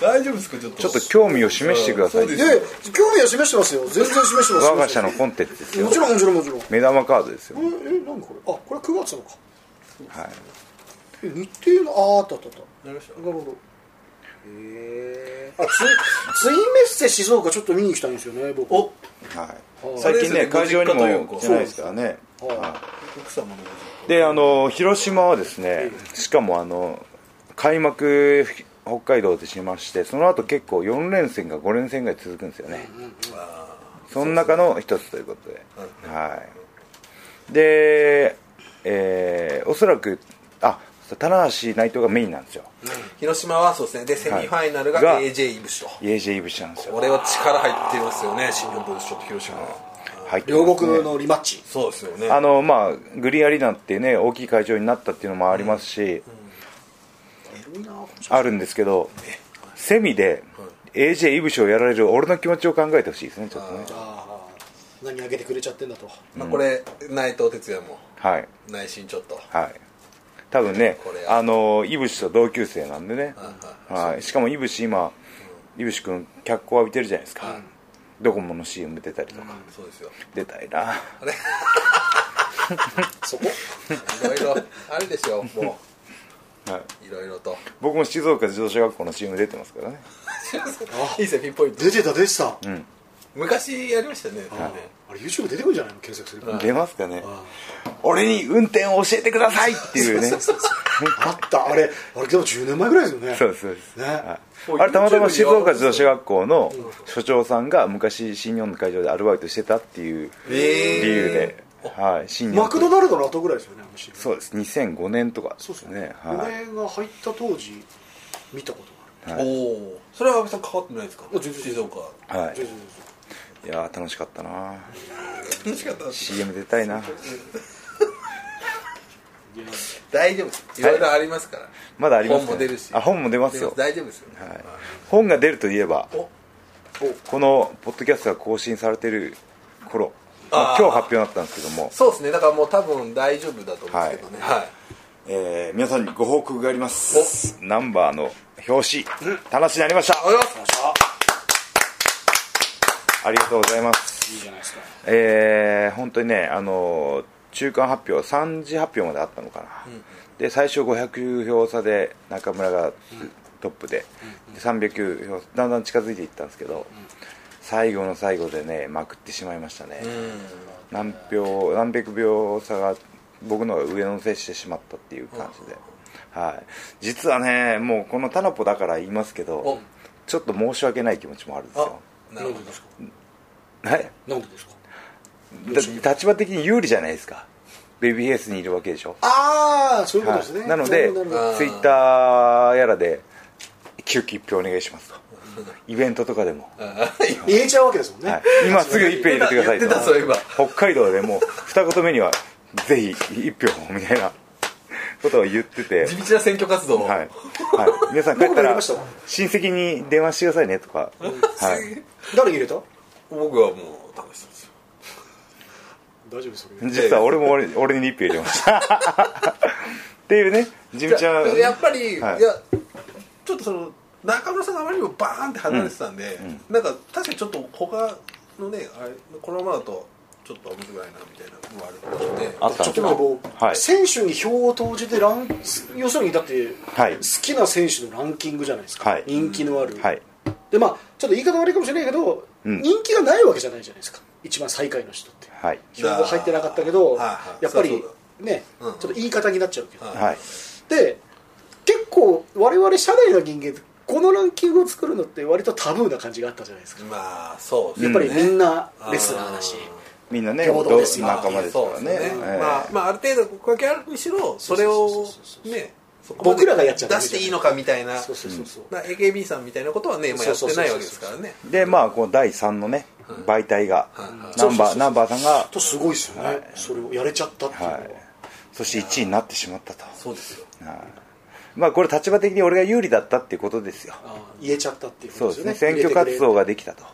[SPEAKER 2] 大丈夫ですかちょっと
[SPEAKER 1] ちょっと興味を示してください
[SPEAKER 2] そう
[SPEAKER 3] い
[SPEAKER 2] です
[SPEAKER 3] やいや興味は示してますよ全然示してます
[SPEAKER 1] 我が社のコンテンツですよ
[SPEAKER 3] もちろんもちろんもちろん
[SPEAKER 1] 目玉カードですよ
[SPEAKER 3] ええなんだこれあこれ9月のか
[SPEAKER 1] はい
[SPEAKER 3] え日程のあああったあったあった
[SPEAKER 2] なりました
[SPEAKER 3] なるほどへえあツイツインメッセ静岡ちょっと見に行きたいんですよね僕
[SPEAKER 2] お
[SPEAKER 1] はい、
[SPEAKER 3] い
[SPEAKER 1] 最近ね
[SPEAKER 2] あれ
[SPEAKER 1] 会
[SPEAKER 2] です
[SPEAKER 1] 場
[SPEAKER 2] ね
[SPEAKER 1] に
[SPEAKER 2] ご実家という
[SPEAKER 1] も
[SPEAKER 2] か
[SPEAKER 1] 来てないですからね
[SPEAKER 3] そうです
[SPEAKER 1] は
[SPEAKER 2] 奥様の
[SPEAKER 1] いであの広島はですねしかもあの開幕北海道でしましてその後結構4連戦が5連戦ぐらい続くんですよねその中の一つということではいでえーおそらくあ棚橋内藤がメインなんですよ
[SPEAKER 2] 広島はそうですねでセミファイナルが
[SPEAKER 1] はいが
[SPEAKER 2] AJ イブシと
[SPEAKER 1] AJ イブシなんですよ
[SPEAKER 2] これは力入ってますよね新日本プロレスちょっと広島は
[SPEAKER 1] 入ってますね
[SPEAKER 3] 両国のリマッチ
[SPEAKER 2] そうですよね
[SPEAKER 1] あのまあグリーンアリーナってね大きい会場になったっていうのもありますし、
[SPEAKER 3] いいなこ
[SPEAKER 1] あるんですけど、セミで AJ イブシをやられる俺の気持ちを考えてほしいですね、ちょっとね。
[SPEAKER 3] ああ何あげてくれちゃってんだと
[SPEAKER 2] まあこれ内藤哲也も
[SPEAKER 1] はい、
[SPEAKER 2] 内心ちょっと
[SPEAKER 1] はい。多分ね
[SPEAKER 2] これ、
[SPEAKER 1] あのイブシと同級生なんでね、はい、しかもイブシ、今、イブシ君、脚光浴びてるじゃないですか、ドコモの CM 出たりとか、
[SPEAKER 2] そうですよ
[SPEAKER 1] 出たいな、
[SPEAKER 3] そこ
[SPEAKER 2] いろい ろあるでしょも
[SPEAKER 1] はいう
[SPEAKER 2] いろいろと
[SPEAKER 1] 僕も静岡自動小学校の CM 出てますからね、
[SPEAKER 2] いいですねピンポイント
[SPEAKER 3] 出てた出てた、
[SPEAKER 2] 昔やりましたね多分ね
[SPEAKER 3] あれ YouTube 出てくるんじゃないの検索すれば、
[SPEAKER 1] 出ますかね、俺に運転を教えてくださいっていう ね、そう
[SPEAKER 3] あったあれあれでも10年前ぐらいですよね
[SPEAKER 1] ですそうです。
[SPEAKER 3] ね、
[SPEAKER 2] もう
[SPEAKER 1] あれたまたま静
[SPEAKER 2] YouTube
[SPEAKER 1] 岡自動小学校の所長さんが昔新日本の会場でアルバイトしてたっていう理
[SPEAKER 2] えー
[SPEAKER 1] 由で、はい、新日本
[SPEAKER 3] マクドナルドの後ぐらいですよねあのシーン
[SPEAKER 1] そうです2005年とかで
[SPEAKER 3] そう
[SPEAKER 1] す
[SPEAKER 3] そう
[SPEAKER 1] ねはい
[SPEAKER 3] 俺が入った当時見たことがある
[SPEAKER 2] おおそれは安倍さん変わってないですか
[SPEAKER 3] 全然
[SPEAKER 2] 静岡
[SPEAKER 1] は
[SPEAKER 3] そうそう
[SPEAKER 1] い、いやー楽しかったな
[SPEAKER 2] 楽しかったです
[SPEAKER 1] CM 出たいな
[SPEAKER 3] そういや
[SPEAKER 2] 大丈夫ですいろいろありますから
[SPEAKER 1] まだありますかね
[SPEAKER 2] 本も出るし
[SPEAKER 1] あ本も出ますよ
[SPEAKER 2] 大丈夫ですよ
[SPEAKER 1] はい本が出るといえば
[SPEAKER 2] お
[SPEAKER 1] このポッドキャストが更新されてる頃、まあ
[SPEAKER 2] あー
[SPEAKER 1] 今日発表になったんですけども、
[SPEAKER 2] そうですねだからもう多分大丈夫だと思うんですけどねはい
[SPEAKER 1] えー皆さんにご報告がありますナンバーの表紙楽しになりました
[SPEAKER 2] ありがとうございます
[SPEAKER 1] ありがとうございます
[SPEAKER 3] いいじゃないですか
[SPEAKER 1] えー本当にね、あのー中間発表、3次発表まであったのかな、で最初500票差で中村がトップで、で309票、だんだん近づいていったんですけど、最後の最後でね、まくってしまいましたね、何票、何百票差が僕の方が上乗せしてしまったっていう感じで、はい、実はね、もうこのタナポだから言いますけど
[SPEAKER 2] お、
[SPEAKER 1] ちょっと申し訳ない気持ちもあるんですよ。
[SPEAKER 2] あな
[SPEAKER 3] な
[SPEAKER 2] る
[SPEAKER 3] ん
[SPEAKER 2] ほ
[SPEAKER 3] で
[SPEAKER 2] ど
[SPEAKER 3] ですか
[SPEAKER 1] はい
[SPEAKER 3] なんでですか
[SPEAKER 1] だ立場的に有利じゃないですかベビーフェイスにいるわけでしょ
[SPEAKER 3] ああそういうことですね、
[SPEAKER 1] はいなので
[SPEAKER 3] るほどるほど
[SPEAKER 2] あー
[SPEAKER 1] ツイッターやらで急き一票お願いしますとイベントとかでも、
[SPEAKER 3] 言えちゃうわけですもんね、
[SPEAKER 1] はい、今すぐ一票入れてくださいと
[SPEAKER 2] 言ってたそういえば
[SPEAKER 1] 北海道でもう二言目にはぜひ一票みたいなことを言ってて
[SPEAKER 2] 地道な選挙活動を、
[SPEAKER 1] はい、はい、皆さん帰った
[SPEAKER 3] 僕もやり
[SPEAKER 1] ら
[SPEAKER 3] ました
[SPEAKER 1] 親
[SPEAKER 3] もん
[SPEAKER 1] 戚に電話してくださいねとか、はい、
[SPEAKER 3] 誰入れた
[SPEAKER 2] 僕はもう楽しそうですよ
[SPEAKER 3] 大丈夫ですよね
[SPEAKER 1] 実は俺も俺俺に一票入れましたっていうね地道
[SPEAKER 2] じゃあや
[SPEAKER 1] な
[SPEAKER 2] っぱり、
[SPEAKER 1] はい
[SPEAKER 2] い、やちょっとその中村さんがあまりにもバーンって離れてたんで、なんか確かにちょっと他のねあれこのままだとちょっと面白くないなみたいなのもあるので
[SPEAKER 1] あったん
[SPEAKER 3] ち
[SPEAKER 1] です
[SPEAKER 3] ょっと
[SPEAKER 1] か
[SPEAKER 3] でも、
[SPEAKER 1] はい
[SPEAKER 3] 選手に票を投じてラン要するにだって、
[SPEAKER 1] はい
[SPEAKER 3] 好きな選手のランキングじゃないですか、
[SPEAKER 1] はい
[SPEAKER 3] 人気のある、
[SPEAKER 1] はい
[SPEAKER 3] でまあ、ちょっと言い方悪いかもしれないけど、
[SPEAKER 1] うん
[SPEAKER 3] 人気がないわけじゃないじゃないですか一番最下位の人って
[SPEAKER 1] はい
[SPEAKER 3] 票が入ってなかったけ
[SPEAKER 2] は
[SPEAKER 3] ど、
[SPEAKER 2] いはい
[SPEAKER 3] やっぱり
[SPEAKER 2] そうそう
[SPEAKER 3] ね、
[SPEAKER 2] うん
[SPEAKER 3] ちょっと言い方になっちゃうけど、
[SPEAKER 2] はい
[SPEAKER 1] はい
[SPEAKER 3] で結構我々社内の人間ってこのランキングを作るのって割とタブーな感じがあったじゃないですか、
[SPEAKER 2] まあそう
[SPEAKER 3] やっぱりみんなレスラーだし、
[SPEAKER 1] みんなね
[SPEAKER 3] 平等ですよ
[SPEAKER 1] 仲間ですからね
[SPEAKER 2] そうです
[SPEAKER 1] ええ
[SPEAKER 2] まあ、まあある程度ここだけあるにしろそれを
[SPEAKER 3] そうそうそうそう
[SPEAKER 2] ねそこまで
[SPEAKER 3] 僕らがやっちゃった
[SPEAKER 2] 出していいのかみたいな
[SPEAKER 3] そうそうそうそう、
[SPEAKER 2] な AKB さんみたいなことはね、まあ、やってないわけですからね
[SPEAKER 1] でまあこの第3のね媒体が
[SPEAKER 2] はい
[SPEAKER 1] ナン
[SPEAKER 3] そうそう
[SPEAKER 1] バ
[SPEAKER 3] そ
[SPEAKER 1] ー
[SPEAKER 3] う
[SPEAKER 1] ナンバーさんが
[SPEAKER 3] とすごいですよね、それをやれちゃったっていうのは、
[SPEAKER 1] はいそして1位になってしまったと
[SPEAKER 2] そうですよ
[SPEAKER 1] まあこれ立場的に俺が有利だったっていうことですよ
[SPEAKER 3] あー言えちゃったっていうこ
[SPEAKER 1] そ
[SPEAKER 3] と
[SPEAKER 1] う
[SPEAKER 3] で
[SPEAKER 1] ですす
[SPEAKER 3] よ
[SPEAKER 1] ね
[SPEAKER 3] ね
[SPEAKER 1] 選挙活動ができたと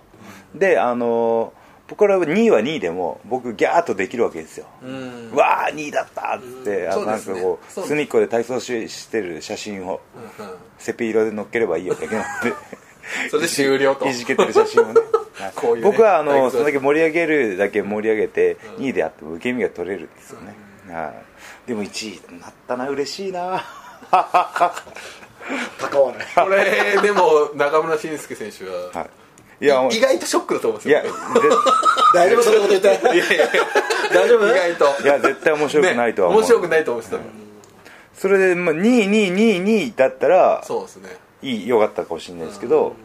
[SPEAKER 1] であのーこれは2位は2位でも僕ギャーっとできるわけですよ
[SPEAKER 2] うん
[SPEAKER 1] わあ2位だったっつってあ
[SPEAKER 2] そ
[SPEAKER 1] の
[SPEAKER 2] うで
[SPEAKER 1] なん
[SPEAKER 2] す
[SPEAKER 1] か
[SPEAKER 2] ね
[SPEAKER 1] こ
[SPEAKER 2] そ
[SPEAKER 1] う
[SPEAKER 2] うです
[SPEAKER 1] 隅っこで体操ししてる写真を
[SPEAKER 2] うんうん
[SPEAKER 1] セピ色で乗っければいいわけなんで
[SPEAKER 2] それで終了と
[SPEAKER 1] いじけてる写 真をねはい
[SPEAKER 2] こういうね
[SPEAKER 1] 僕はあ
[SPEAKER 2] 体
[SPEAKER 1] の
[SPEAKER 2] 育
[SPEAKER 1] それだけ盛り上げるだけ盛り上げて2位であっても受け身が取れるんですよね、はいでも1位になったな嬉しい な
[SPEAKER 3] 高わない
[SPEAKER 2] これでも中村慎介選手は、
[SPEAKER 1] はいいや
[SPEAKER 2] 意外とショックだと思うん
[SPEAKER 1] い
[SPEAKER 2] で
[SPEAKER 1] や
[SPEAKER 2] すよ
[SPEAKER 1] ぜ
[SPEAKER 3] 大丈夫そんなこと言って
[SPEAKER 2] いやいや
[SPEAKER 3] 大丈夫
[SPEAKER 2] 意外と
[SPEAKER 1] いや絶対面白くないとは思う、
[SPEAKER 2] ね面白くないと思ってたの
[SPEAKER 1] それで、まあ、2位2位2位2位だったら
[SPEAKER 2] そうですね
[SPEAKER 1] いい良かったかもしれないですけど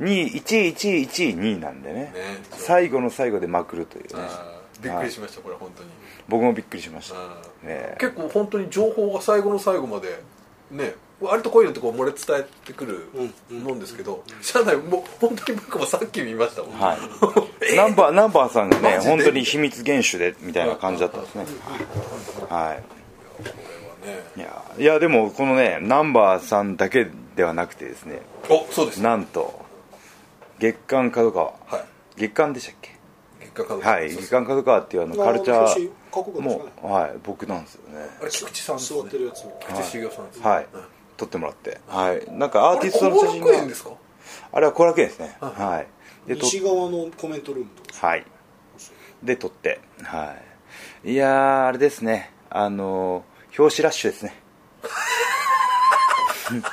[SPEAKER 1] 2位1位1位1位2位なんでね
[SPEAKER 2] ね
[SPEAKER 1] 最後の最後でまくるというね
[SPEAKER 2] あーびっくりしましたこれ本当に
[SPEAKER 1] 僕もびっくりしました
[SPEAKER 2] あー
[SPEAKER 1] ね
[SPEAKER 2] 結構本当に情報が最後の最後までね割とこういうのってこう漏れ伝えてくるもんですけど社内もう本当に僕もさっき見ましたもん
[SPEAKER 1] はい
[SPEAKER 2] え
[SPEAKER 1] ナンバーナンバーさんがね
[SPEAKER 2] マジで
[SPEAKER 1] 本当に秘密厳守でみたいな感じだったんですねは
[SPEAKER 2] ね
[SPEAKER 1] いいやいやでもこのねナンバーさんだけではなくてですね
[SPEAKER 2] おそうですね
[SPEAKER 1] なんと月刊角川
[SPEAKER 2] はい
[SPEAKER 1] 月刊でしたっけ
[SPEAKER 2] 結果家族
[SPEAKER 1] はい
[SPEAKER 2] そう
[SPEAKER 1] 月
[SPEAKER 2] そう
[SPEAKER 1] 刊角川っていうあのカルチャ
[SPEAKER 3] 表紙
[SPEAKER 1] ー
[SPEAKER 3] かっこよかった
[SPEAKER 1] も
[SPEAKER 3] ですね
[SPEAKER 1] うはい僕なんですよね
[SPEAKER 2] あれ菊池さんです
[SPEAKER 3] 座
[SPEAKER 2] ね
[SPEAKER 3] ってるやつも
[SPEAKER 2] 菊池修行さんですね
[SPEAKER 1] はい
[SPEAKER 2] うん
[SPEAKER 1] 撮ってもらってはいなんかアー
[SPEAKER 2] あ
[SPEAKER 1] ティ
[SPEAKER 2] れ
[SPEAKER 1] ストの
[SPEAKER 2] 後
[SPEAKER 1] 写真
[SPEAKER 2] 楽園で
[SPEAKER 1] が
[SPEAKER 2] すか
[SPEAKER 1] あれは後楽園ですね
[SPEAKER 2] はい
[SPEAKER 1] はいで撮っ
[SPEAKER 3] 西側のコメントルームとか
[SPEAKER 1] はいで撮ってはいいやーあれですねあのー表紙ラッシュですね
[SPEAKER 3] 表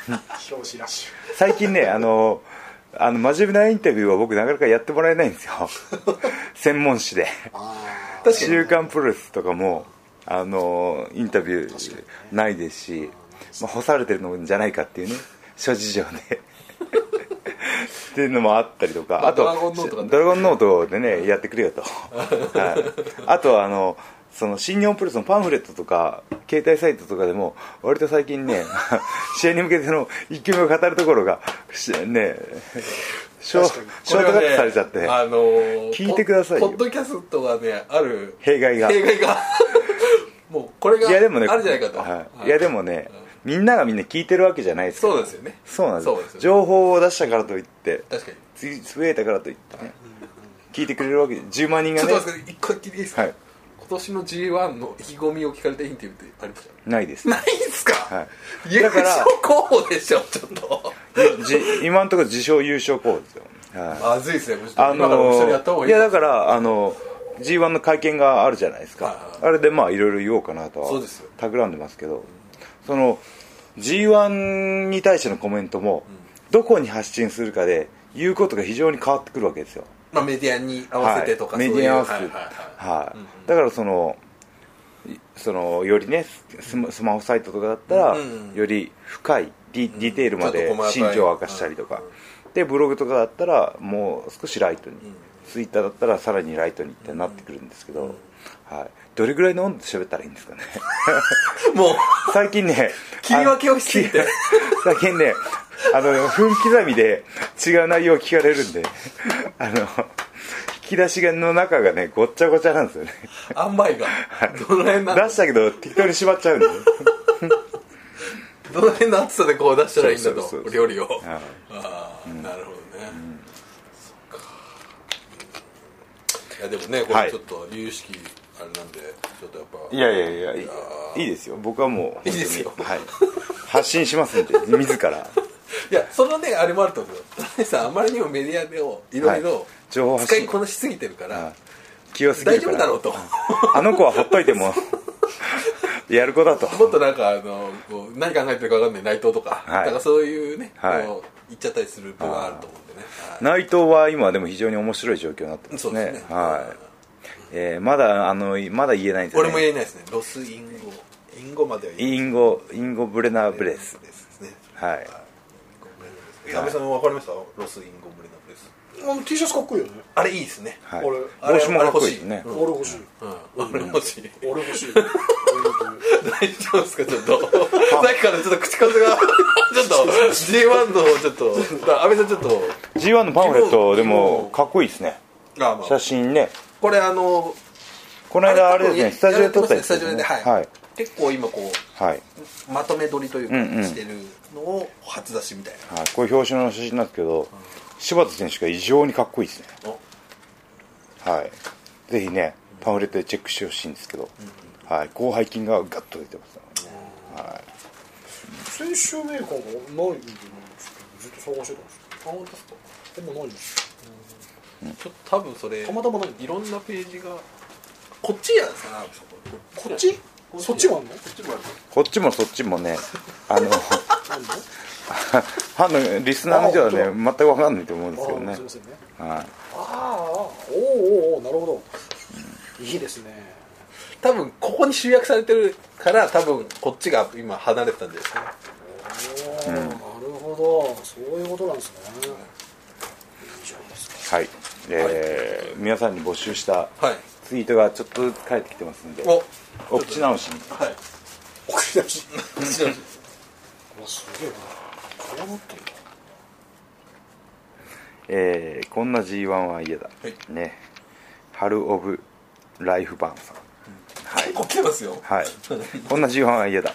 [SPEAKER 3] 紙ラッシ
[SPEAKER 1] 最近ねあのあの真面目なインタビューは僕なかなかやってもらえないんですよ専門誌で
[SPEAKER 3] ュあ
[SPEAKER 1] 「週刊プロレス」とかもあのインタビューないですし、まあ、干されてるのじゃないかっていう ね諸事情で っていうのもあったりとか
[SPEAKER 2] まあ
[SPEAKER 1] あと
[SPEAKER 2] ドラゴンノートがね
[SPEAKER 1] ドラゴンノートでねやってくれよ と、はい、あとはあのその新日本プロレスのパンフレットとか携帯サイトとかでも割と最近ね 試合に向けての一球目を語るところがしねショ
[SPEAKER 3] 確かに
[SPEAKER 1] ショートカットされちゃって、
[SPEAKER 2] これはねあのー
[SPEAKER 1] 聞いてくださいよ
[SPEAKER 2] ポポッドキャストがねある
[SPEAKER 1] 弊害が
[SPEAKER 2] 弊害が もうこれが
[SPEAKER 1] いやでもね
[SPEAKER 2] あるじゃないかと、
[SPEAKER 1] はい、いやでもね、みんながみんな聞いてるわけじゃないですから
[SPEAKER 2] そうですよね
[SPEAKER 1] そうなんです
[SPEAKER 2] そうですよね
[SPEAKER 1] 情報を出したからといって
[SPEAKER 2] 確かに
[SPEAKER 1] ついつぶやいたからといってね、聞いてくれるわけ10万人
[SPEAKER 2] ち
[SPEAKER 1] が
[SPEAKER 2] ょ
[SPEAKER 1] ね
[SPEAKER 2] っと待ってください一個だけいいですか、
[SPEAKER 1] はい
[SPEAKER 2] 今年の G1 の意気込みを聞かれたインタビューってありました
[SPEAKER 1] ないです
[SPEAKER 2] ないんすか、
[SPEAKER 1] は
[SPEAKER 2] 優
[SPEAKER 1] だから
[SPEAKER 2] 勝候補でしょちょっと
[SPEAKER 1] じ今のところ自称優勝候補ですよ、はい
[SPEAKER 2] まずいですねもうちょっと
[SPEAKER 1] あ
[SPEAKER 2] 今から一緒にやった方
[SPEAKER 1] の
[SPEAKER 2] が
[SPEAKER 1] い
[SPEAKER 2] いい
[SPEAKER 1] やだからあの G1 の会見があるじゃないです
[SPEAKER 2] はい
[SPEAKER 1] か
[SPEAKER 2] は
[SPEAKER 1] あれでまあいろいろ言おうかなとは
[SPEAKER 2] そうですよ
[SPEAKER 1] 企んでますけどその G1 に対してのコメントもどこに発信するかで言うことが非常に変わってくるわけですよ
[SPEAKER 2] まあ、メディアに合わせてとか、
[SPEAKER 1] はい、メ
[SPEAKER 2] そう
[SPEAKER 1] ディア
[SPEAKER 2] いう
[SPEAKER 1] に合わせ
[SPEAKER 2] はい
[SPEAKER 1] て
[SPEAKER 2] はいはい
[SPEAKER 1] はいだからそのいそのよりねスマスマホサイトとかだったら、
[SPEAKER 2] うんうん
[SPEAKER 1] より深いディディテールまで
[SPEAKER 2] ちょっと細かい
[SPEAKER 1] 心情を明かしたりとか、でブログとかだったらもう少しライトに、
[SPEAKER 2] ん
[SPEAKER 1] ツイッターだったらさらにライトにってなってくるんですけど、はい、どれぐらいの温度で喋ったらいいんです かね
[SPEAKER 2] もう
[SPEAKER 1] 最近ね
[SPEAKER 2] 切り分けをしすぎ
[SPEAKER 1] あ
[SPEAKER 2] て
[SPEAKER 1] のき最近ねあの分刻みで違う内容を聞かれるんであの引き出しの中がねごっちゃごちゃなんですよね
[SPEAKER 2] 塩梅がどの辺の
[SPEAKER 1] 出したけど適当に縛っちゃうんで
[SPEAKER 2] どの辺の厚さでこう出したらいいんだ
[SPEAKER 1] そうそう
[SPEAKER 2] と
[SPEAKER 1] そう
[SPEAKER 2] 料理を
[SPEAKER 1] はい
[SPEAKER 2] ああなるほどねそっかいやでもねこ
[SPEAKER 1] は
[SPEAKER 2] れ
[SPEAKER 1] い
[SPEAKER 2] ちょっと有識あれなんでちょっとやっぱ
[SPEAKER 1] いやいやいやいいいいですよ僕はもう
[SPEAKER 2] いいですよ
[SPEAKER 1] 本当にはい、発信しますんで自ら
[SPEAKER 2] いやそのねあれもあると思うよ田中さんあまりにもメディアでをいろい
[SPEAKER 1] はい
[SPEAKER 2] ろ
[SPEAKER 1] 情報発
[SPEAKER 2] 使
[SPEAKER 1] 信
[SPEAKER 2] いこなしすぎてるから
[SPEAKER 1] 器用すぎ
[SPEAKER 2] 大
[SPEAKER 1] る
[SPEAKER 2] 丈
[SPEAKER 1] か
[SPEAKER 2] 夫
[SPEAKER 1] ら
[SPEAKER 2] だろうと
[SPEAKER 1] あの子はほっといてもやる子だと
[SPEAKER 2] もっとなんかあのこう何考えてるか分かんない内藤とか、
[SPEAKER 1] はい
[SPEAKER 2] なんかそういうね、
[SPEAKER 1] はい
[SPEAKER 2] こう言っちゃったりする部分はあると思うんでね、はい
[SPEAKER 1] 内藤は今でも非常に面白い状況になってま
[SPEAKER 2] そ
[SPEAKER 1] す
[SPEAKER 2] う
[SPEAKER 1] ね
[SPEAKER 2] ですね、
[SPEAKER 1] はいえーまだあのまだ言えないんですよ、ね、
[SPEAKER 2] 俺も言えないですねロスインゴインゴまでは言えない
[SPEAKER 1] インゴインゴブレナーブレス
[SPEAKER 2] ですね
[SPEAKER 1] はい
[SPEAKER 2] 矢部さん分かりましたロスインゴブレナブレス
[SPEAKER 3] あの T シャツかっこいいよね
[SPEAKER 2] あれいいですね、
[SPEAKER 1] はい
[SPEAKER 3] 俺
[SPEAKER 2] あれ
[SPEAKER 1] 帽子もかっこいいです
[SPEAKER 2] あ
[SPEAKER 1] ね
[SPEAKER 2] れ
[SPEAKER 3] 俺欲しい
[SPEAKER 2] うん、俺もし
[SPEAKER 3] 俺欲しい
[SPEAKER 2] 大丈夫ですかちょっとさっきからちょっと口数がちょっと G1 のちょっと阿部さんちょっと
[SPEAKER 1] G1 のパンフレット
[SPEAKER 2] インゴ
[SPEAKER 1] でもかっこいいですね
[SPEAKER 2] あ、ま
[SPEAKER 1] 写
[SPEAKER 2] あ、
[SPEAKER 1] 真ね
[SPEAKER 2] これあの
[SPEAKER 1] この間あれですねスタジオで撮ったやつ
[SPEAKER 2] スタジオでねはい、
[SPEAKER 1] はい、
[SPEAKER 2] 結構今こ
[SPEAKER 1] はい、
[SPEAKER 2] うまとめ撮りというか、
[SPEAKER 1] うんうん
[SPEAKER 2] してるのを初出しみたい
[SPEAKER 1] はい、これ表紙の写真なんですけど、柴田選手が異常にかっこいいですね
[SPEAKER 2] なの
[SPEAKER 1] はいぜひねパンフレットでチェックしてほしいんですけど、はい、広背筋がガッと出てます
[SPEAKER 3] 先週メーカーがないんじゃないですかずっと探してたんです
[SPEAKER 2] あ本当ですか
[SPEAKER 3] けどでもないんですよ
[SPEAKER 2] ちょっと多分それ
[SPEAKER 3] たまたまないんだ
[SPEAKER 2] いろんなページがこっちやんですかね
[SPEAKER 3] こっちそっちもあんの
[SPEAKER 2] こっちもある
[SPEAKER 1] こっちもそっちもねあの フ
[SPEAKER 3] あんの
[SPEAKER 1] ァンのリスナーの人はね
[SPEAKER 3] あ
[SPEAKER 1] 全く分かんないと思うんですけど
[SPEAKER 3] あ
[SPEAKER 1] ね
[SPEAKER 3] すいませんね
[SPEAKER 1] はい
[SPEAKER 3] ああおおおうおうなるほどいいですね
[SPEAKER 2] 多分ここに集約されてるから多分こっちが今離れてたんですね
[SPEAKER 3] おお、なるほどそういうことなんですねいいじゃないですか
[SPEAKER 1] はい、えー皆さんに募集した
[SPEAKER 2] はい
[SPEAKER 1] ツイートがちょっとずつ返ってきてますんで
[SPEAKER 2] お
[SPEAKER 1] お口直しに
[SPEAKER 2] はい
[SPEAKER 3] 送り出し
[SPEAKER 2] 口直し
[SPEAKER 3] わすげえなこうなってるんだ
[SPEAKER 1] えーこんな G1 は嫌だ、
[SPEAKER 2] はい
[SPEAKER 1] ねハル・オブ・ライフ・バーンさん
[SPEAKER 2] 結構来てますよ
[SPEAKER 1] はいこんな G1 は嫌だ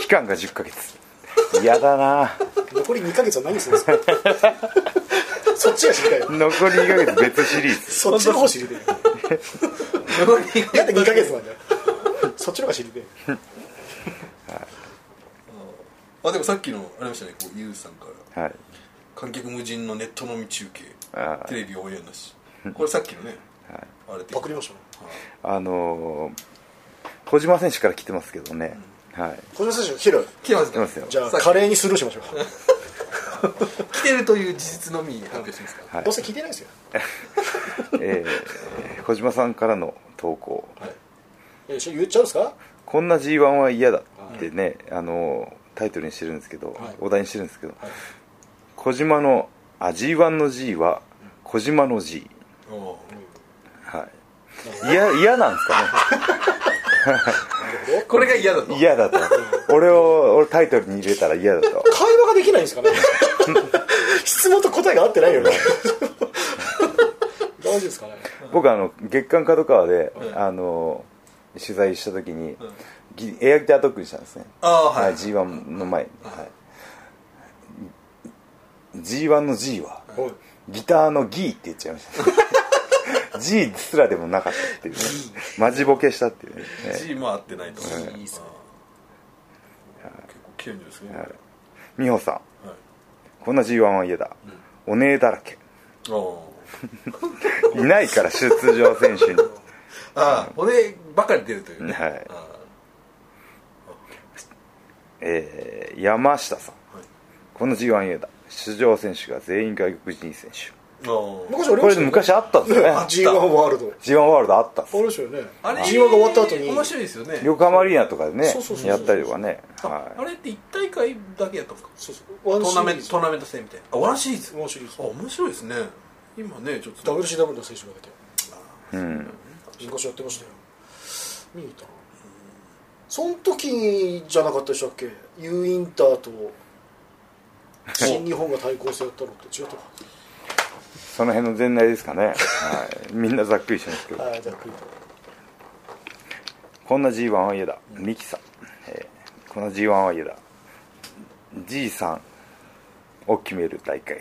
[SPEAKER 1] 期間が10ヶ月嫌だな
[SPEAKER 3] 残り2ヶ月は何するんです かそっちが知りたいよ
[SPEAKER 1] 残り2ヶ月別シリーズ
[SPEAKER 3] そっちの方知りたいよだって2ヶ月なんだよそっちの方が知りたいよ
[SPEAKER 2] あでもさっきのありましたねこうゆうさんから
[SPEAKER 1] はい
[SPEAKER 2] 観客無人のネット飲み中継
[SPEAKER 1] あー
[SPEAKER 2] テレビオンエアなしこれさっきのねあれで
[SPEAKER 3] パクりましたね
[SPEAKER 1] あのー小島選手から来てますけどね、はい
[SPEAKER 3] 小島選手が切る
[SPEAKER 2] 来てます
[SPEAKER 1] 来てますよ
[SPEAKER 3] じゃあ
[SPEAKER 2] さっき
[SPEAKER 3] カレーにスルーしましょう、
[SPEAKER 2] 来てるという事実のみ発表しますか
[SPEAKER 1] はい
[SPEAKER 3] どうせ聞いてないですよ
[SPEAKER 1] えー小島さんからの投稿
[SPEAKER 2] はい
[SPEAKER 3] え一緒に言っちゃうんですか
[SPEAKER 1] 「こんな g 1は嫌だ」ってね、あのータイトルにしてるんですけど、
[SPEAKER 3] はい
[SPEAKER 1] お題にしてるんですけど、小島のあ g 1の G は小島の G
[SPEAKER 2] お
[SPEAKER 1] はい嫌嫌なんですかね
[SPEAKER 2] これが嫌 だと
[SPEAKER 1] 嫌だと俺を俺タイトルに入れたら嫌だと
[SPEAKER 3] 会話ができないんですかね質問と答えが合ってない よね大丈夫ですかね
[SPEAKER 1] 僕あの月刊角川で、あの取材した時に、ぎエアギター特訓したんですね
[SPEAKER 2] ああ
[SPEAKER 1] は
[SPEAKER 2] はい
[SPEAKER 1] い、G1 の前に、はい、G1 の G は
[SPEAKER 3] おい
[SPEAKER 1] ギターのギーって言っちゃいました G すらでもなかったっていうねマジボケしたっていうね
[SPEAKER 2] G も合ってないと
[SPEAKER 3] い
[SPEAKER 2] あー結構綺麗にですね
[SPEAKER 1] はい美穂さん
[SPEAKER 2] はい
[SPEAKER 1] こんな G1 は嫌だ、お姉だらけ
[SPEAKER 2] あー
[SPEAKER 1] いないから出場選手に
[SPEAKER 2] あー骨ばかり出るというね
[SPEAKER 1] はい
[SPEAKER 2] あ
[SPEAKER 1] えー山下さん、
[SPEAKER 2] はい
[SPEAKER 1] この G1 嫌だ出場選手が全員外国人選手
[SPEAKER 2] ーあー
[SPEAKER 3] 昔あり
[SPEAKER 1] これ
[SPEAKER 3] ましたよね
[SPEAKER 1] 昔あったんですよね
[SPEAKER 3] あ G1 ワールド
[SPEAKER 1] G1 ワールドあったんです
[SPEAKER 3] あれですよね
[SPEAKER 2] あれ
[SPEAKER 3] G1 が終わった後に
[SPEAKER 2] 面白いですよね
[SPEAKER 1] 横浜アリーナとかでね
[SPEAKER 3] そうそうそうそう
[SPEAKER 1] やったりとかね
[SPEAKER 2] ああ
[SPEAKER 1] は
[SPEAKER 2] れって一大会だけやったんですか
[SPEAKER 3] そうそうワ
[SPEAKER 2] トーナメントトー
[SPEAKER 3] ナ
[SPEAKER 2] ナメント戦みたいなあワンシリーズ
[SPEAKER 3] ワンシリーズ
[SPEAKER 2] あ面白いですね今ねちょっと
[SPEAKER 3] WCW の選手が出て
[SPEAKER 1] うん
[SPEAKER 3] 昔やってましたよ見に行ったなその時じゃなかったでしたっけ U インターと新日本が対抗戦やったのって違ったか
[SPEAKER 1] その辺の前例ですかね、はい、みんなざっくりしてますけど
[SPEAKER 3] ああじゃあクイズ
[SPEAKER 1] こんな G1 は嫌だミキさん、えーこんな G1 は嫌だ G さんを決める大会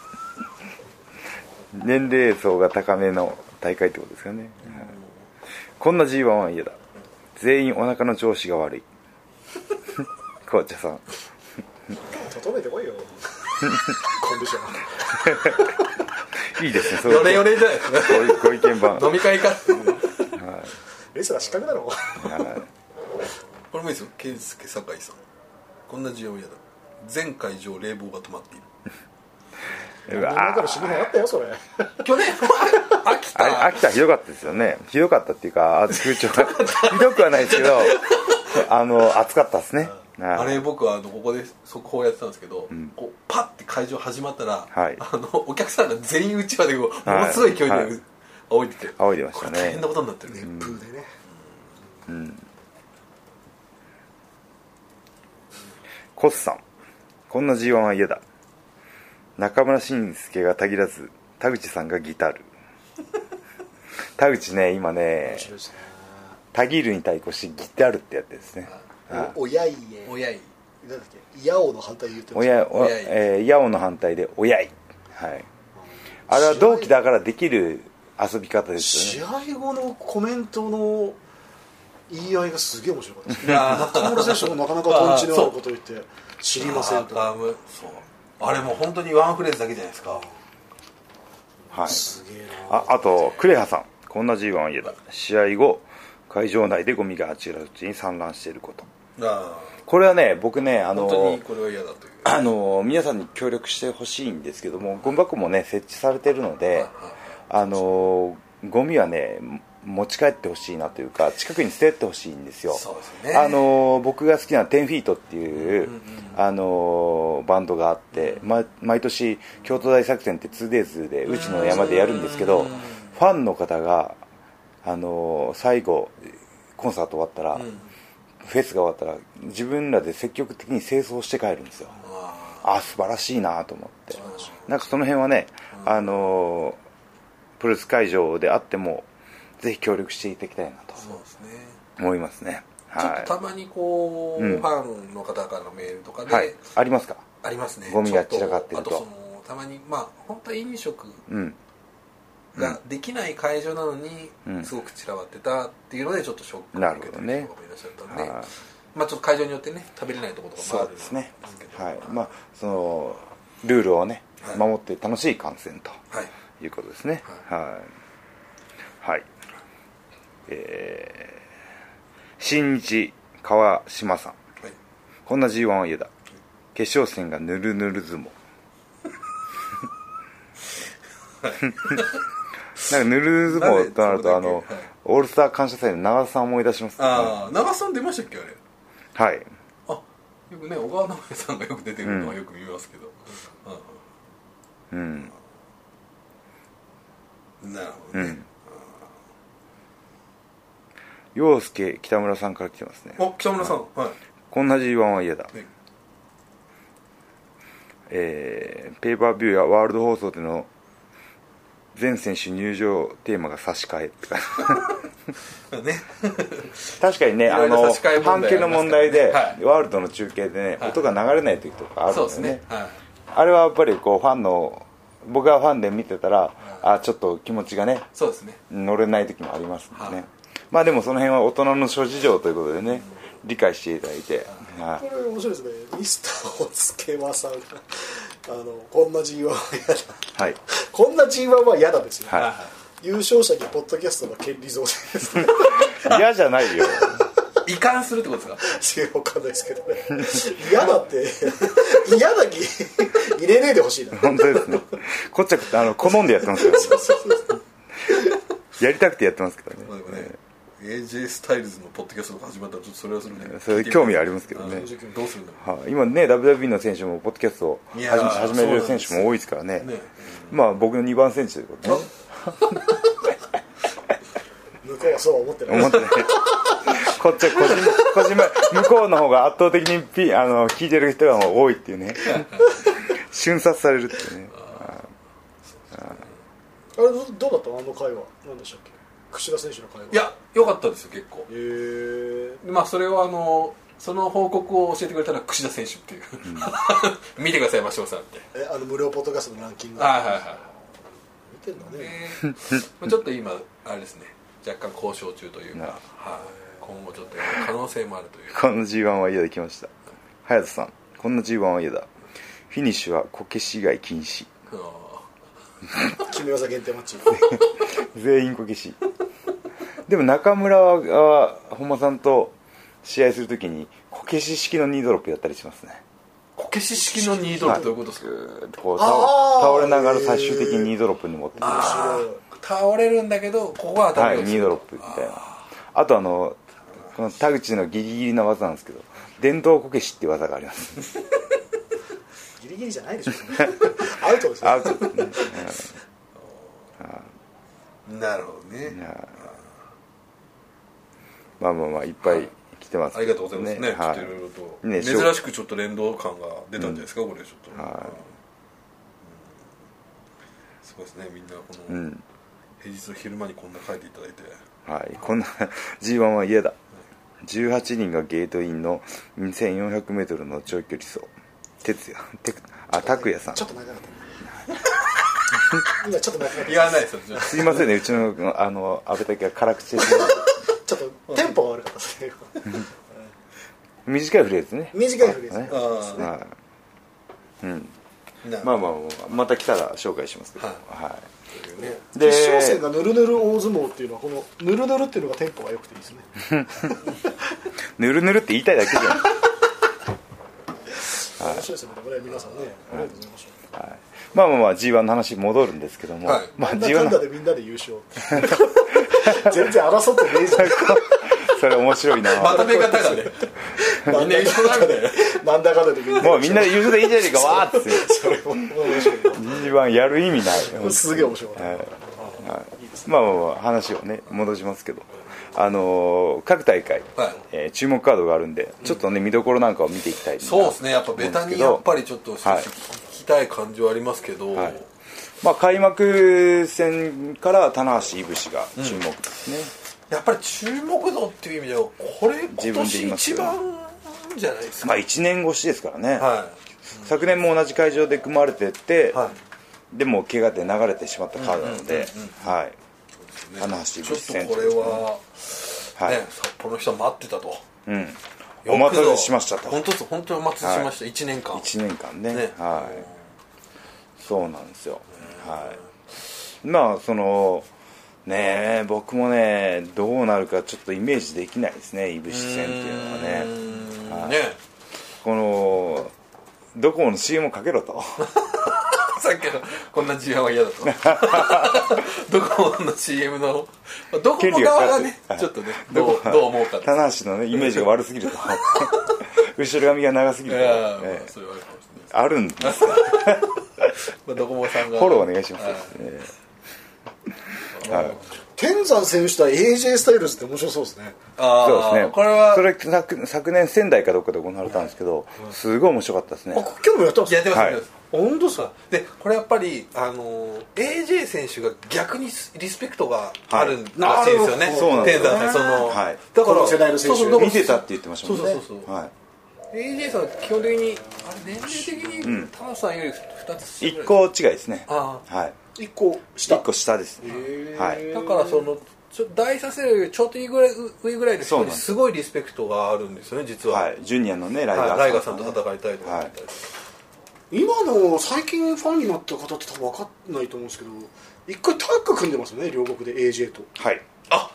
[SPEAKER 1] 年齢層が高めの大会ってことですよね、はいこんな G1 は嫌だ全員お腹の調子が 悪い紅茶さん
[SPEAKER 3] 整えてこいよコンディション
[SPEAKER 1] いいですねそういう
[SPEAKER 2] よれよれじゃないですか
[SPEAKER 1] ご意ご意見番
[SPEAKER 2] 飲み会か
[SPEAKER 3] レスラー失格だろ
[SPEAKER 2] これもいいですよ健介酒井さんこんな需要嫌だ全会場冷房が止まっている
[SPEAKER 1] う
[SPEAKER 3] 今
[SPEAKER 1] わ
[SPEAKER 3] から新日本あったよそれ
[SPEAKER 2] 去年 秋
[SPEAKER 1] あれ
[SPEAKER 2] 田
[SPEAKER 1] 秋田ひどかったですよねひどかったっていうかあ空調がひどくはないですけ どあの暑かったですねはい
[SPEAKER 2] あれ僕はあのここで速報やってたんですけど、こうパッて会場始まったら、
[SPEAKER 1] はい
[SPEAKER 2] あのお客さんが全員うちわでこうものすごい勢いで
[SPEAKER 1] はいはい
[SPEAKER 2] 仰いでて、
[SPEAKER 1] 仰いでまし
[SPEAKER 2] こ
[SPEAKER 1] た
[SPEAKER 2] れ
[SPEAKER 1] ね
[SPEAKER 2] 大変なことになってるね、
[SPEAKER 3] 熱風でね
[SPEAKER 1] コスさんこんな G1 は嫌だ中村慎介がたぎらず田口さんがギタ ル田口ね今ね
[SPEAKER 3] 面白いですね
[SPEAKER 1] たぎるに対抗してギタルってやってるんですね
[SPEAKER 3] おおやいえ
[SPEAKER 2] 親い
[SPEAKER 3] なんだっけヤオの反対言ってま
[SPEAKER 1] お
[SPEAKER 3] した
[SPEAKER 1] やお
[SPEAKER 2] 親い
[SPEAKER 1] えー、ヤオの反対で親いはいあれは同期だからできる遊び方です
[SPEAKER 3] 試
[SPEAKER 1] よね
[SPEAKER 3] 合後のコメントの言い合いがすげえ面白かったですね
[SPEAKER 2] あー
[SPEAKER 3] 中村選手もなかなかとんちのあることを言って知りませんと
[SPEAKER 2] あームそうあれもう本当にワンフレーズだけじゃないですか
[SPEAKER 1] はい
[SPEAKER 3] すげえな
[SPEAKER 1] ああとクレハさんこんな G1 は嫌だ試合後会場内でゴミがあちらうちに散乱していること
[SPEAKER 2] あ
[SPEAKER 1] これはね僕ねあ
[SPEAKER 2] あ
[SPEAKER 1] の
[SPEAKER 2] 本当にこれは嫌だという
[SPEAKER 1] あの皆さんに協力してほしいんですけどもゴミ箱もね設置されてるのであのゴミはね持ち帰ってほしいなというか近くに捨ててほしいんですよ
[SPEAKER 2] そうですね
[SPEAKER 1] あの僕が好きな10フィートっていう、あのバンドがあって、ま毎年京都大作戦って 2days でうちの山でやるんですけど、
[SPEAKER 2] うん
[SPEAKER 1] ファンの方があの最後コンサート終わったら、
[SPEAKER 2] ん
[SPEAKER 1] フェスが終わったら自分らで積極的に清掃して帰るんですよ
[SPEAKER 2] あ
[SPEAKER 1] あ素晴らしいなと思ってなんかその辺はね、あのープロレス会場であってもぜひ協力していただきたいなと
[SPEAKER 2] ーそうですね
[SPEAKER 1] 思いますね
[SPEAKER 2] ちょっ
[SPEAKER 1] は
[SPEAKER 2] とたまにこう、
[SPEAKER 1] うん
[SPEAKER 2] ファンの方からのメールとか
[SPEAKER 1] い、
[SPEAKER 2] で、
[SPEAKER 1] はい、ありますか
[SPEAKER 2] ありますね
[SPEAKER 1] ゴミが散らかってると
[SPEAKER 2] ちょっあとそのたまにまあ本当は飲食
[SPEAKER 1] うん
[SPEAKER 2] ができない会場なのに、
[SPEAKER 1] うん
[SPEAKER 2] すごく散らばってたっていうのでちょっとショック
[SPEAKER 1] な
[SPEAKER 2] を
[SPEAKER 1] る
[SPEAKER 2] 受
[SPEAKER 1] ほ
[SPEAKER 2] け
[SPEAKER 1] ど
[SPEAKER 2] て
[SPEAKER 1] ね
[SPEAKER 2] る人がいらっしゃったんで、
[SPEAKER 1] はい
[SPEAKER 2] まあちょっと会場によってね食べれないところとかも
[SPEAKER 1] そ
[SPEAKER 2] あ
[SPEAKER 1] う
[SPEAKER 2] るん
[SPEAKER 1] で
[SPEAKER 2] ですす
[SPEAKER 1] ね
[SPEAKER 2] けど
[SPEAKER 1] はいまあそのルールをね
[SPEAKER 2] はい
[SPEAKER 1] 守って楽しい観戦と
[SPEAKER 2] はい
[SPEAKER 1] いうことですねはいはい、えー、新日川島さん
[SPEAKER 2] はい
[SPEAKER 1] こんな G1 は嫌だ化粧戦がぬるぬる相撲なんかぬるぬる相撲となるとあの、
[SPEAKER 2] はい
[SPEAKER 1] オールスター感謝祭の長田さんを思い出しますね
[SPEAKER 2] ああ長さん出ましたっけあれ
[SPEAKER 1] はい
[SPEAKER 2] あよくね小川直也さんがよく出てるのはよく見ますけど、
[SPEAKER 1] うん
[SPEAKER 2] うんなるほ
[SPEAKER 1] う
[SPEAKER 2] どね
[SPEAKER 1] ん、陽介北村さんから来てますね
[SPEAKER 2] お北村さんはい、
[SPEAKER 1] こんな G1 は嫌だ、
[SPEAKER 2] はい
[SPEAKER 1] えーペーパービューやワールド放送での全選手入場テーマが差し替えって感じ
[SPEAKER 2] ね、
[SPEAKER 1] 確かにね
[SPEAKER 2] いろ
[SPEAKER 1] あ
[SPEAKER 2] いろ
[SPEAKER 1] の
[SPEAKER 2] 差し替え問題あ
[SPEAKER 1] 半
[SPEAKER 2] りますからね
[SPEAKER 1] 径の問題で、
[SPEAKER 2] はい
[SPEAKER 1] ワールドの中継でね、
[SPEAKER 2] はい
[SPEAKER 1] 音が流れない時とかあるんだ
[SPEAKER 2] そう
[SPEAKER 1] よ
[SPEAKER 2] で
[SPEAKER 1] ね
[SPEAKER 2] すねはい
[SPEAKER 1] あれはやっぱりこうファンの僕がファンで見てたら、あちょっと気持ちがね
[SPEAKER 2] そうですね
[SPEAKER 1] 乗れない時もありますもんね、
[SPEAKER 2] はい
[SPEAKER 1] まあでもその辺は大人の諸事情ということでね理解していただいて、はい
[SPEAKER 3] これ面白いですねミスターおつけまさんがあのこんな G1 は嫌だ
[SPEAKER 1] はい
[SPEAKER 3] こんな G1 は嫌だですよ、
[SPEAKER 1] はい
[SPEAKER 3] 優勝者にポッドキャストの権利贈呈ですね
[SPEAKER 1] 嫌じゃないよ
[SPEAKER 2] 移管するってことですか
[SPEAKER 3] 違うわかんないですけどね嫌だって嫌だき入れねえでほしいな
[SPEAKER 1] 本当ですねこっちはあの好んでやってますよやりたくてやってますからね
[SPEAKER 2] まあでもね、 AJ スタイルズのポッドキャストとか始まったらちょっとそれはそれで
[SPEAKER 1] それ興味ありますけどね
[SPEAKER 2] あーどうするんだろ
[SPEAKER 1] はい、今ね WWE の選手もポッドキャストを始
[SPEAKER 2] い
[SPEAKER 1] め
[SPEAKER 2] やー
[SPEAKER 1] 始める選手も多いですからね
[SPEAKER 2] うね
[SPEAKER 1] まあ僕の2番選手ということね
[SPEAKER 3] 向こうはそうは思ってない
[SPEAKER 1] 思ってないこっちはこじんこじんまり向こうの方が圧倒的にピあの聞いてる人が多いっていうね瞬殺されるっていうね
[SPEAKER 3] あれどどうだったのあの会話何でしたっけ櫛田選手の会話
[SPEAKER 2] いや良かったですよ結構
[SPEAKER 3] へえ
[SPEAKER 2] でまあそれはあのその報告を教えてくれたのは櫛田選手っていう 見てくださいましょうさんって
[SPEAKER 3] えあの無料ポッドキャストのランキング
[SPEAKER 2] はいはい は
[SPEAKER 3] 見てんだ
[SPEAKER 2] い
[SPEAKER 3] ね
[SPEAKER 2] ねまあちょっと今あれですね若干交渉中という
[SPEAKER 1] なる
[SPEAKER 2] か、はい、今後ちょっとやる可能性もあるという
[SPEAKER 1] この G1 は嫌で来ました隼人さんこんな G1 は嫌だフィニッシュはこけし以外禁止
[SPEAKER 2] あの
[SPEAKER 3] 決め技限定マッチ
[SPEAKER 1] 全員こけしでも中村は本間さんと試合するときにこけし式のニードロップやったりしますね
[SPEAKER 2] こけし式のニードルってどういうことですか、
[SPEAKER 1] ぐーってこう倒
[SPEAKER 3] あー
[SPEAKER 1] 倒れながら最終的にニードロップに持ってくるは
[SPEAKER 2] あー倒れるんだけどここは頭
[SPEAKER 1] いニードロップみたいなあとあのこの田口のギリギリな技なんですけど電動こけしっていう技があります
[SPEAKER 3] ギリギリじゃないでしょアウトですよ
[SPEAKER 1] アウトですね
[SPEAKER 2] なるほどね
[SPEAKER 1] いやー まあまあまあいっぱい来てます
[SPEAKER 2] ありがとうございますねちょ
[SPEAKER 1] は
[SPEAKER 2] っといろいろと、
[SPEAKER 1] ね
[SPEAKER 2] 珍しくちょっと連動感が出たんじゃないですか、これちょっと、
[SPEAKER 1] はい
[SPEAKER 2] うんすごいですねみんなこ
[SPEAKER 1] う
[SPEAKER 2] の、
[SPEAKER 1] ん
[SPEAKER 2] 平日の昼間にこんな書いていただいて
[SPEAKER 1] はい、こんな G1 は嫌だ18人がゲートインの 2400m の長距離走哲也テクあ拓也さん
[SPEAKER 3] ちょっと長かったね今ちょっと長かった
[SPEAKER 2] 言わないですよ ちょっ
[SPEAKER 1] すいませんねうちのあの阿部武は辛口です
[SPEAKER 3] ちょっとテンポが悪かったですね
[SPEAKER 1] 短いフレーズね
[SPEAKER 3] 短いフレーズ
[SPEAKER 1] ね
[SPEAKER 2] とあ
[SPEAKER 1] はいうん
[SPEAKER 2] あなる
[SPEAKER 1] ま
[SPEAKER 2] ほ
[SPEAKER 1] あ
[SPEAKER 2] ど
[SPEAKER 1] まあまあまた来たら紹介しますけど、は
[SPEAKER 2] はいいね
[SPEAKER 1] で
[SPEAKER 3] 決勝戦がぬるぬる大相撲っていうのはこのぬるぬるっていうのがテンポが良くていいですね
[SPEAKER 1] ぬるぬるって言いたいだけじ ゃん、は
[SPEAKER 3] 面白いですよねこれ皆さんねありがとうございまし
[SPEAKER 1] い、まあまあまあ G1 の話戻るんですけども、
[SPEAKER 2] はい
[SPEAKER 1] まあ
[SPEAKER 3] たなんだ
[SPEAKER 1] G1
[SPEAKER 3] かん
[SPEAKER 1] の
[SPEAKER 3] だでみんなで優勝全然争ってねえじゃん
[SPEAKER 1] それ面白いな
[SPEAKER 2] まとめ方がねみんな一緒なんだよ
[SPEAKER 3] なんだかんだでみんな
[SPEAKER 1] もうみんなで優勝でいいじゃねえかわ ーっつって
[SPEAKER 3] それも面白いな
[SPEAKER 1] G1 やる意味ない
[SPEAKER 3] すげえ面白かった、
[SPEAKER 1] はい
[SPEAKER 3] い、いですね
[SPEAKER 1] まあまあまあ話をね戻しますけどあのー各大会、
[SPEAKER 2] はい
[SPEAKER 1] えー注目カードがあるんでちょっとね見どころなんかを見ていきたいな
[SPEAKER 2] そうですねやっぱベタにやっぱりちょっと
[SPEAKER 1] はい
[SPEAKER 2] 聞きたい感じはありますけど、
[SPEAKER 1] はいまあ開幕戦から棚橋いぶしが注目ですね、
[SPEAKER 2] やっぱり注目度っていう意味ではこれ
[SPEAKER 1] 自
[SPEAKER 2] 今
[SPEAKER 1] 分で言い
[SPEAKER 2] 年
[SPEAKER 1] ますよ
[SPEAKER 2] 一番じゃないですか、
[SPEAKER 1] まあ1年越しですからね、
[SPEAKER 2] は
[SPEAKER 1] 昨年も同じ会場で組まれてって、
[SPEAKER 2] はい
[SPEAKER 1] でも怪我で流れてしまったカードなので、はい
[SPEAKER 2] い、
[SPEAKER 1] 棚橋
[SPEAKER 2] ちょ
[SPEAKER 1] 口
[SPEAKER 2] っ
[SPEAKER 1] 選手
[SPEAKER 2] とこれは、
[SPEAKER 1] はい、
[SPEAKER 2] ね札幌の人は待ってたと
[SPEAKER 1] うんお待たせしましたと
[SPEAKER 2] 本当です本当にお待たせしました、一1年間
[SPEAKER 1] 1年間ね
[SPEAKER 2] ね
[SPEAKER 1] はいそうなんですよはいまあそのねえ僕もねどうなるかちょっとイメージできないですねいぶし戦っていうのは
[SPEAKER 2] う
[SPEAKER 1] ね
[SPEAKER 2] ーん
[SPEAKER 1] はい
[SPEAKER 2] ね
[SPEAKER 1] このドコモの CM をかけろ と
[SPEAKER 2] さっきのこんな G1 は嫌 だとドコモの CM のドコモ側がね
[SPEAKER 1] 権利がかかってる
[SPEAKER 2] ちょっとねどうどう思うかです
[SPEAKER 1] 棚橋のねイメージが悪すぎ ると後ろ髪が長すぎ
[SPEAKER 2] い
[SPEAKER 1] ると、
[SPEAKER 2] やー
[SPEAKER 1] え
[SPEAKER 2] まあ
[SPEAKER 1] え
[SPEAKER 2] それはあるかもしれないです
[SPEAKER 1] あるんですよ
[SPEAKER 2] まあドコモさんが
[SPEAKER 1] フォローお願いします、
[SPEAKER 2] はい
[SPEAKER 1] え
[SPEAKER 3] 天山選手対 AJ スタイルズって面白そうですね
[SPEAKER 1] え
[SPEAKER 2] あ
[SPEAKER 1] そう
[SPEAKER 2] ー
[SPEAKER 1] ですね
[SPEAKER 2] これは
[SPEAKER 1] それ昨昨年仙台かどっかで行われたんですけどすごい面白かったですね
[SPEAKER 3] あ今日もやったんです
[SPEAKER 2] やって
[SPEAKER 3] か
[SPEAKER 2] ます、
[SPEAKER 1] はい
[SPEAKER 2] やってます
[SPEAKER 3] 本当っすか
[SPEAKER 2] でこれやっぱり、あのー AJ 選手が逆にスリスペクトがあるらしいですよね、
[SPEAKER 3] な
[SPEAKER 1] ほ
[SPEAKER 3] る
[SPEAKER 1] どそうなんです
[SPEAKER 2] 天
[SPEAKER 1] よ
[SPEAKER 2] 山さんその、
[SPEAKER 1] はい
[SPEAKER 2] だ
[SPEAKER 3] この世代の選手
[SPEAKER 2] そうそうだから
[SPEAKER 1] 見てたって言ってましたもんね
[SPEAKER 2] そうそうそうそう
[SPEAKER 1] はい
[SPEAKER 2] AJ さんは基本的にあれ年齢的に田中さんより2つ下ぐらい
[SPEAKER 1] 一個違いですね
[SPEAKER 2] あ
[SPEAKER 1] はい
[SPEAKER 3] 一個下
[SPEAKER 1] 一個下ですね
[SPEAKER 3] へー
[SPEAKER 1] はい
[SPEAKER 2] だからそのちょ大させるよりちょっといいぐらい上ぐらいの
[SPEAKER 1] そうなん
[SPEAKER 2] 人に
[SPEAKER 1] です
[SPEAKER 2] すごいリスペクトがあるんですよね実は、
[SPEAKER 1] はいジュニアのねライ
[SPEAKER 2] はい
[SPEAKER 1] ガー
[SPEAKER 2] ライガーさんと
[SPEAKER 1] ね
[SPEAKER 2] 戦いたいと思ったり、
[SPEAKER 3] 今の最近ファンになった方って多分分かんないと思うんですけど一回タッグ組んでますよね両国で AJ と
[SPEAKER 1] はい
[SPEAKER 2] あ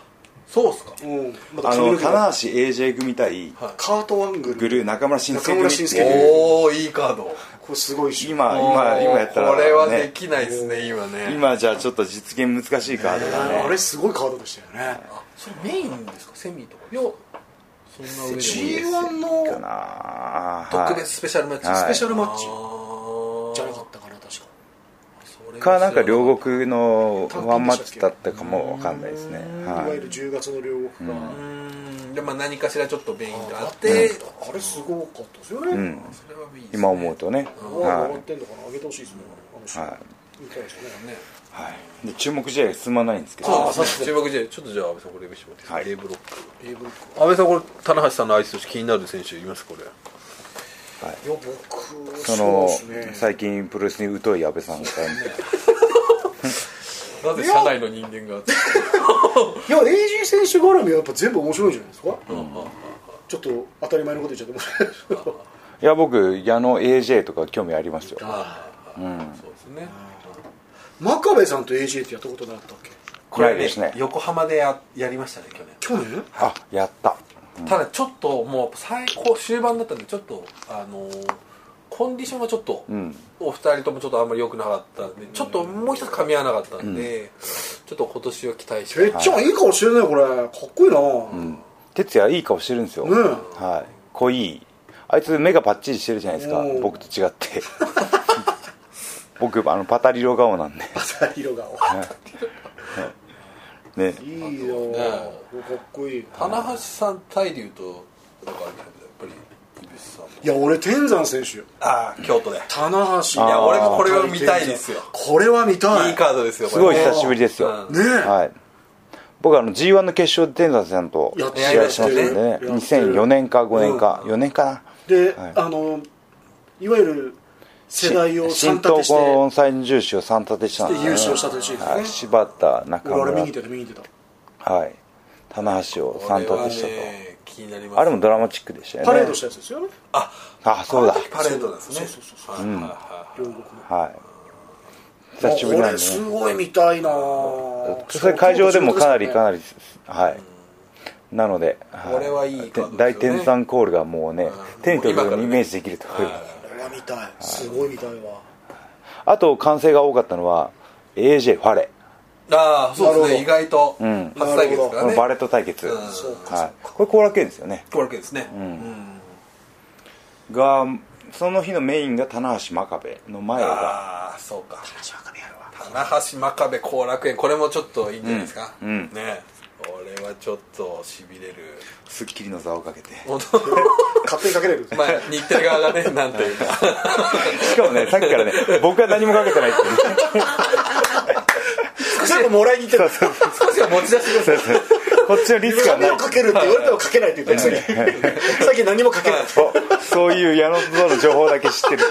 [SPEAKER 2] そうっすか
[SPEAKER 3] うんまだ
[SPEAKER 1] あ
[SPEAKER 3] 髪
[SPEAKER 1] の
[SPEAKER 3] の毛が
[SPEAKER 1] 棚橋 AJ 組対
[SPEAKER 2] はい
[SPEAKER 3] カートワングル
[SPEAKER 1] グルー中村慎介
[SPEAKER 3] 中
[SPEAKER 1] 組
[SPEAKER 3] 村
[SPEAKER 1] って
[SPEAKER 3] 慎介
[SPEAKER 1] いう
[SPEAKER 2] おおいいカード
[SPEAKER 3] これすごいっしょ
[SPEAKER 1] 今今今やったら、
[SPEAKER 2] これはできないですね今ね
[SPEAKER 1] 今じゃちょっと実現難しいカードだね
[SPEAKER 3] あれすごいカードでしたよね
[SPEAKER 2] あそれメインですかセミとか
[SPEAKER 3] いや
[SPEAKER 2] そんな上でもいい
[SPEAKER 3] G1
[SPEAKER 1] か
[SPEAKER 3] の
[SPEAKER 1] な
[SPEAKER 2] 特別スペシャルマッチ、
[SPEAKER 1] はい
[SPEAKER 2] ス
[SPEAKER 3] ス
[SPEAKER 2] ペ
[SPEAKER 3] ペ
[SPEAKER 2] シ
[SPEAKER 3] シ
[SPEAKER 2] ャ
[SPEAKER 3] ャ
[SPEAKER 2] ル
[SPEAKER 3] ル
[SPEAKER 2] マ
[SPEAKER 3] マ
[SPEAKER 2] ッ
[SPEAKER 3] ッ
[SPEAKER 2] チ
[SPEAKER 3] チじゃなかったかな確か
[SPEAKER 1] はいかなんか両国の
[SPEAKER 3] 単品でしたっけ
[SPEAKER 1] ワンマッチだったかもわかんないですね
[SPEAKER 3] いわゆ
[SPEAKER 1] は
[SPEAKER 3] る10月の両国が
[SPEAKER 2] うーんでまあ何かしらちょっとメインがあ
[SPEAKER 3] あ
[SPEAKER 2] っ
[SPEAKER 3] っててあれすごかったですよね
[SPEAKER 1] ん
[SPEAKER 2] それはいいですね
[SPEAKER 1] い今思うとね
[SPEAKER 3] 上がっ
[SPEAKER 1] は
[SPEAKER 3] てんのかな上げてほしいですねあの人
[SPEAKER 1] は
[SPEAKER 3] 見たいですよね
[SPEAKER 2] ね
[SPEAKER 1] い、はい、で注目試合が進まないんですけど
[SPEAKER 2] そう
[SPEAKER 1] は
[SPEAKER 2] で
[SPEAKER 1] い
[SPEAKER 2] すね注目試合ちょっとじゃあ安倍さんこれ見せてもらっていいですか
[SPEAKER 1] はい
[SPEAKER 2] A ブロック
[SPEAKER 3] A ブロック
[SPEAKER 2] 安倍さんこれ棚橋さんの相手として気になる選手いますこれ
[SPEAKER 3] いや僕
[SPEAKER 1] その
[SPEAKER 3] そうですね
[SPEAKER 1] 最近プロレスに疎い安倍さんから見て
[SPEAKER 2] なぜ社内の人間が
[SPEAKER 3] いや AG 選手絡みはやっぱ全部面白いじゃないですかちょっと当たり前のこと言っちゃって申し訳ない
[SPEAKER 1] いや僕矢野 AJ とか興味ありますよ
[SPEAKER 2] ああそうですね
[SPEAKER 3] 真壁さんと AG ってやったことなかったっけ
[SPEAKER 2] これ
[SPEAKER 1] ないです
[SPEAKER 2] ね
[SPEAKER 1] ね
[SPEAKER 2] 横浜でややりましたね去年
[SPEAKER 3] 去年
[SPEAKER 1] あやった
[SPEAKER 2] ただちょっともう最高終盤だったんでちょっとあのーコンディションがちょっと、
[SPEAKER 1] ん
[SPEAKER 2] お二人ともちょっとあんまり良くなかったんでちょっともう一つ噛み合わなかったんで、ちょっと今年は期待して
[SPEAKER 3] てっちゃんいい顔してるねこれかっこいいな
[SPEAKER 1] 哲也いい顔してるんですよ、
[SPEAKER 3] ね
[SPEAKER 1] はい濃いあいつ目がパッチリしてるじゃないですか
[SPEAKER 3] おー
[SPEAKER 1] 僕と違って 僕あのパタリロ顔なんで
[SPEAKER 3] 当たり色顔
[SPEAKER 1] ね
[SPEAKER 3] いいよかっこいい
[SPEAKER 2] 棚橋さん対流とだからあれだけどやっぱり井口さんも
[SPEAKER 3] いや俺天山選手
[SPEAKER 2] ああ京都で
[SPEAKER 3] 棚橋
[SPEAKER 1] いや俺も
[SPEAKER 2] これは見たいですよ
[SPEAKER 3] これは見たい
[SPEAKER 2] いいカードですよ
[SPEAKER 1] すごい
[SPEAKER 2] これ
[SPEAKER 1] 久しぶりですよ、
[SPEAKER 2] うん
[SPEAKER 3] ねえ
[SPEAKER 1] はい、僕あの g 1の決勝で天山さんと
[SPEAKER 3] やって
[SPEAKER 1] 試合しましたんで
[SPEAKER 3] や
[SPEAKER 1] ね
[SPEAKER 3] ってる
[SPEAKER 1] 2004年か5年か、4年か
[SPEAKER 3] で、
[SPEAKER 1] はい
[SPEAKER 3] あのいわゆる世代を
[SPEAKER 1] な
[SPEAKER 3] 三
[SPEAKER 1] 新
[SPEAKER 3] 立て
[SPEAKER 1] 東
[SPEAKER 3] して
[SPEAKER 1] 高三重視を三立てしたん
[SPEAKER 3] で
[SPEAKER 1] です
[SPEAKER 3] 優
[SPEAKER 1] ね
[SPEAKER 3] 勝した年ですね、
[SPEAKER 1] はい、柴田中
[SPEAKER 3] 俺あれ
[SPEAKER 1] 村
[SPEAKER 3] 見に行ってた見に行ってた
[SPEAKER 1] はい棚橋を三立
[SPEAKER 2] これは
[SPEAKER 1] てしたと、
[SPEAKER 2] ね気になります
[SPEAKER 1] あれもドラマチックでしたよね
[SPEAKER 3] パレードしたやつですよね
[SPEAKER 2] あ
[SPEAKER 1] あそうだ
[SPEAKER 2] パレードですね
[SPEAKER 3] そうそうそうそう
[SPEAKER 2] はいはいは
[SPEAKER 3] 両国の
[SPEAKER 1] はい久しぶりなん
[SPEAKER 3] これ
[SPEAKER 1] で、
[SPEAKER 3] す
[SPEAKER 1] ね、
[SPEAKER 3] ごい見たいな
[SPEAKER 1] それ会場でもかなりかな
[SPEAKER 3] り
[SPEAKER 1] りはいなので
[SPEAKER 2] これはいいカードですよね
[SPEAKER 1] 大天山コールがもうね手に取るようにイメージできるところ
[SPEAKER 3] これは見たいすごい見たいわ
[SPEAKER 1] あと歓声が多かったのは AJ ファレ
[SPEAKER 2] いああそうですね意
[SPEAKER 3] な
[SPEAKER 2] 外と
[SPEAKER 1] ん
[SPEAKER 2] 初対決ですから
[SPEAKER 1] この
[SPEAKER 2] ね
[SPEAKER 1] バレット対決
[SPEAKER 2] うん
[SPEAKER 3] そうか
[SPEAKER 1] はいこれ後楽園ですよね
[SPEAKER 2] これわけですねうん
[SPEAKER 1] がその日のメインが棚橋真壁の前が
[SPEAKER 2] ああそうか
[SPEAKER 3] 私は神やるわ
[SPEAKER 2] 棚橋真壁後楽園これもちょっといいんじゃないですか、
[SPEAKER 1] うんうん
[SPEAKER 2] ねこれはちょっとしびれる
[SPEAKER 1] 『スッキリ』の座をかけて
[SPEAKER 2] 本当
[SPEAKER 3] 勝手にかけれる
[SPEAKER 2] まあ日テレ側がねなんというか
[SPEAKER 1] しかもねさっきからね 僕は何もかけてないっていう
[SPEAKER 3] ちょっともらいに行ってた
[SPEAKER 2] 少しは持ち出してください
[SPEAKER 1] こっちのリスクはな
[SPEAKER 3] 紙
[SPEAKER 1] い
[SPEAKER 3] をかけるって言われてもかけないって言ったくせにさっき何もかけない
[SPEAKER 1] おそういう矢野との情報だけ知ってる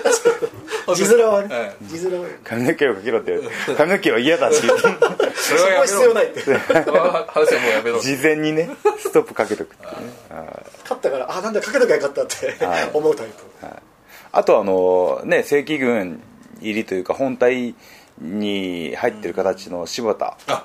[SPEAKER 3] 字面はね
[SPEAKER 2] はい
[SPEAKER 3] 字面はね
[SPEAKER 1] 髪の毛をかけろって髪の毛は嫌だって言って
[SPEAKER 2] そ
[SPEAKER 3] そこは必要ないいって
[SPEAKER 2] 話はもうやめろ
[SPEAKER 1] 事前にねストップかけとくっていうね
[SPEAKER 3] 勝ったからあなんだかけときゃよかったって思うタイプ
[SPEAKER 1] あとあのね正規軍入りというか本体に入ってる形の柴田
[SPEAKER 2] あ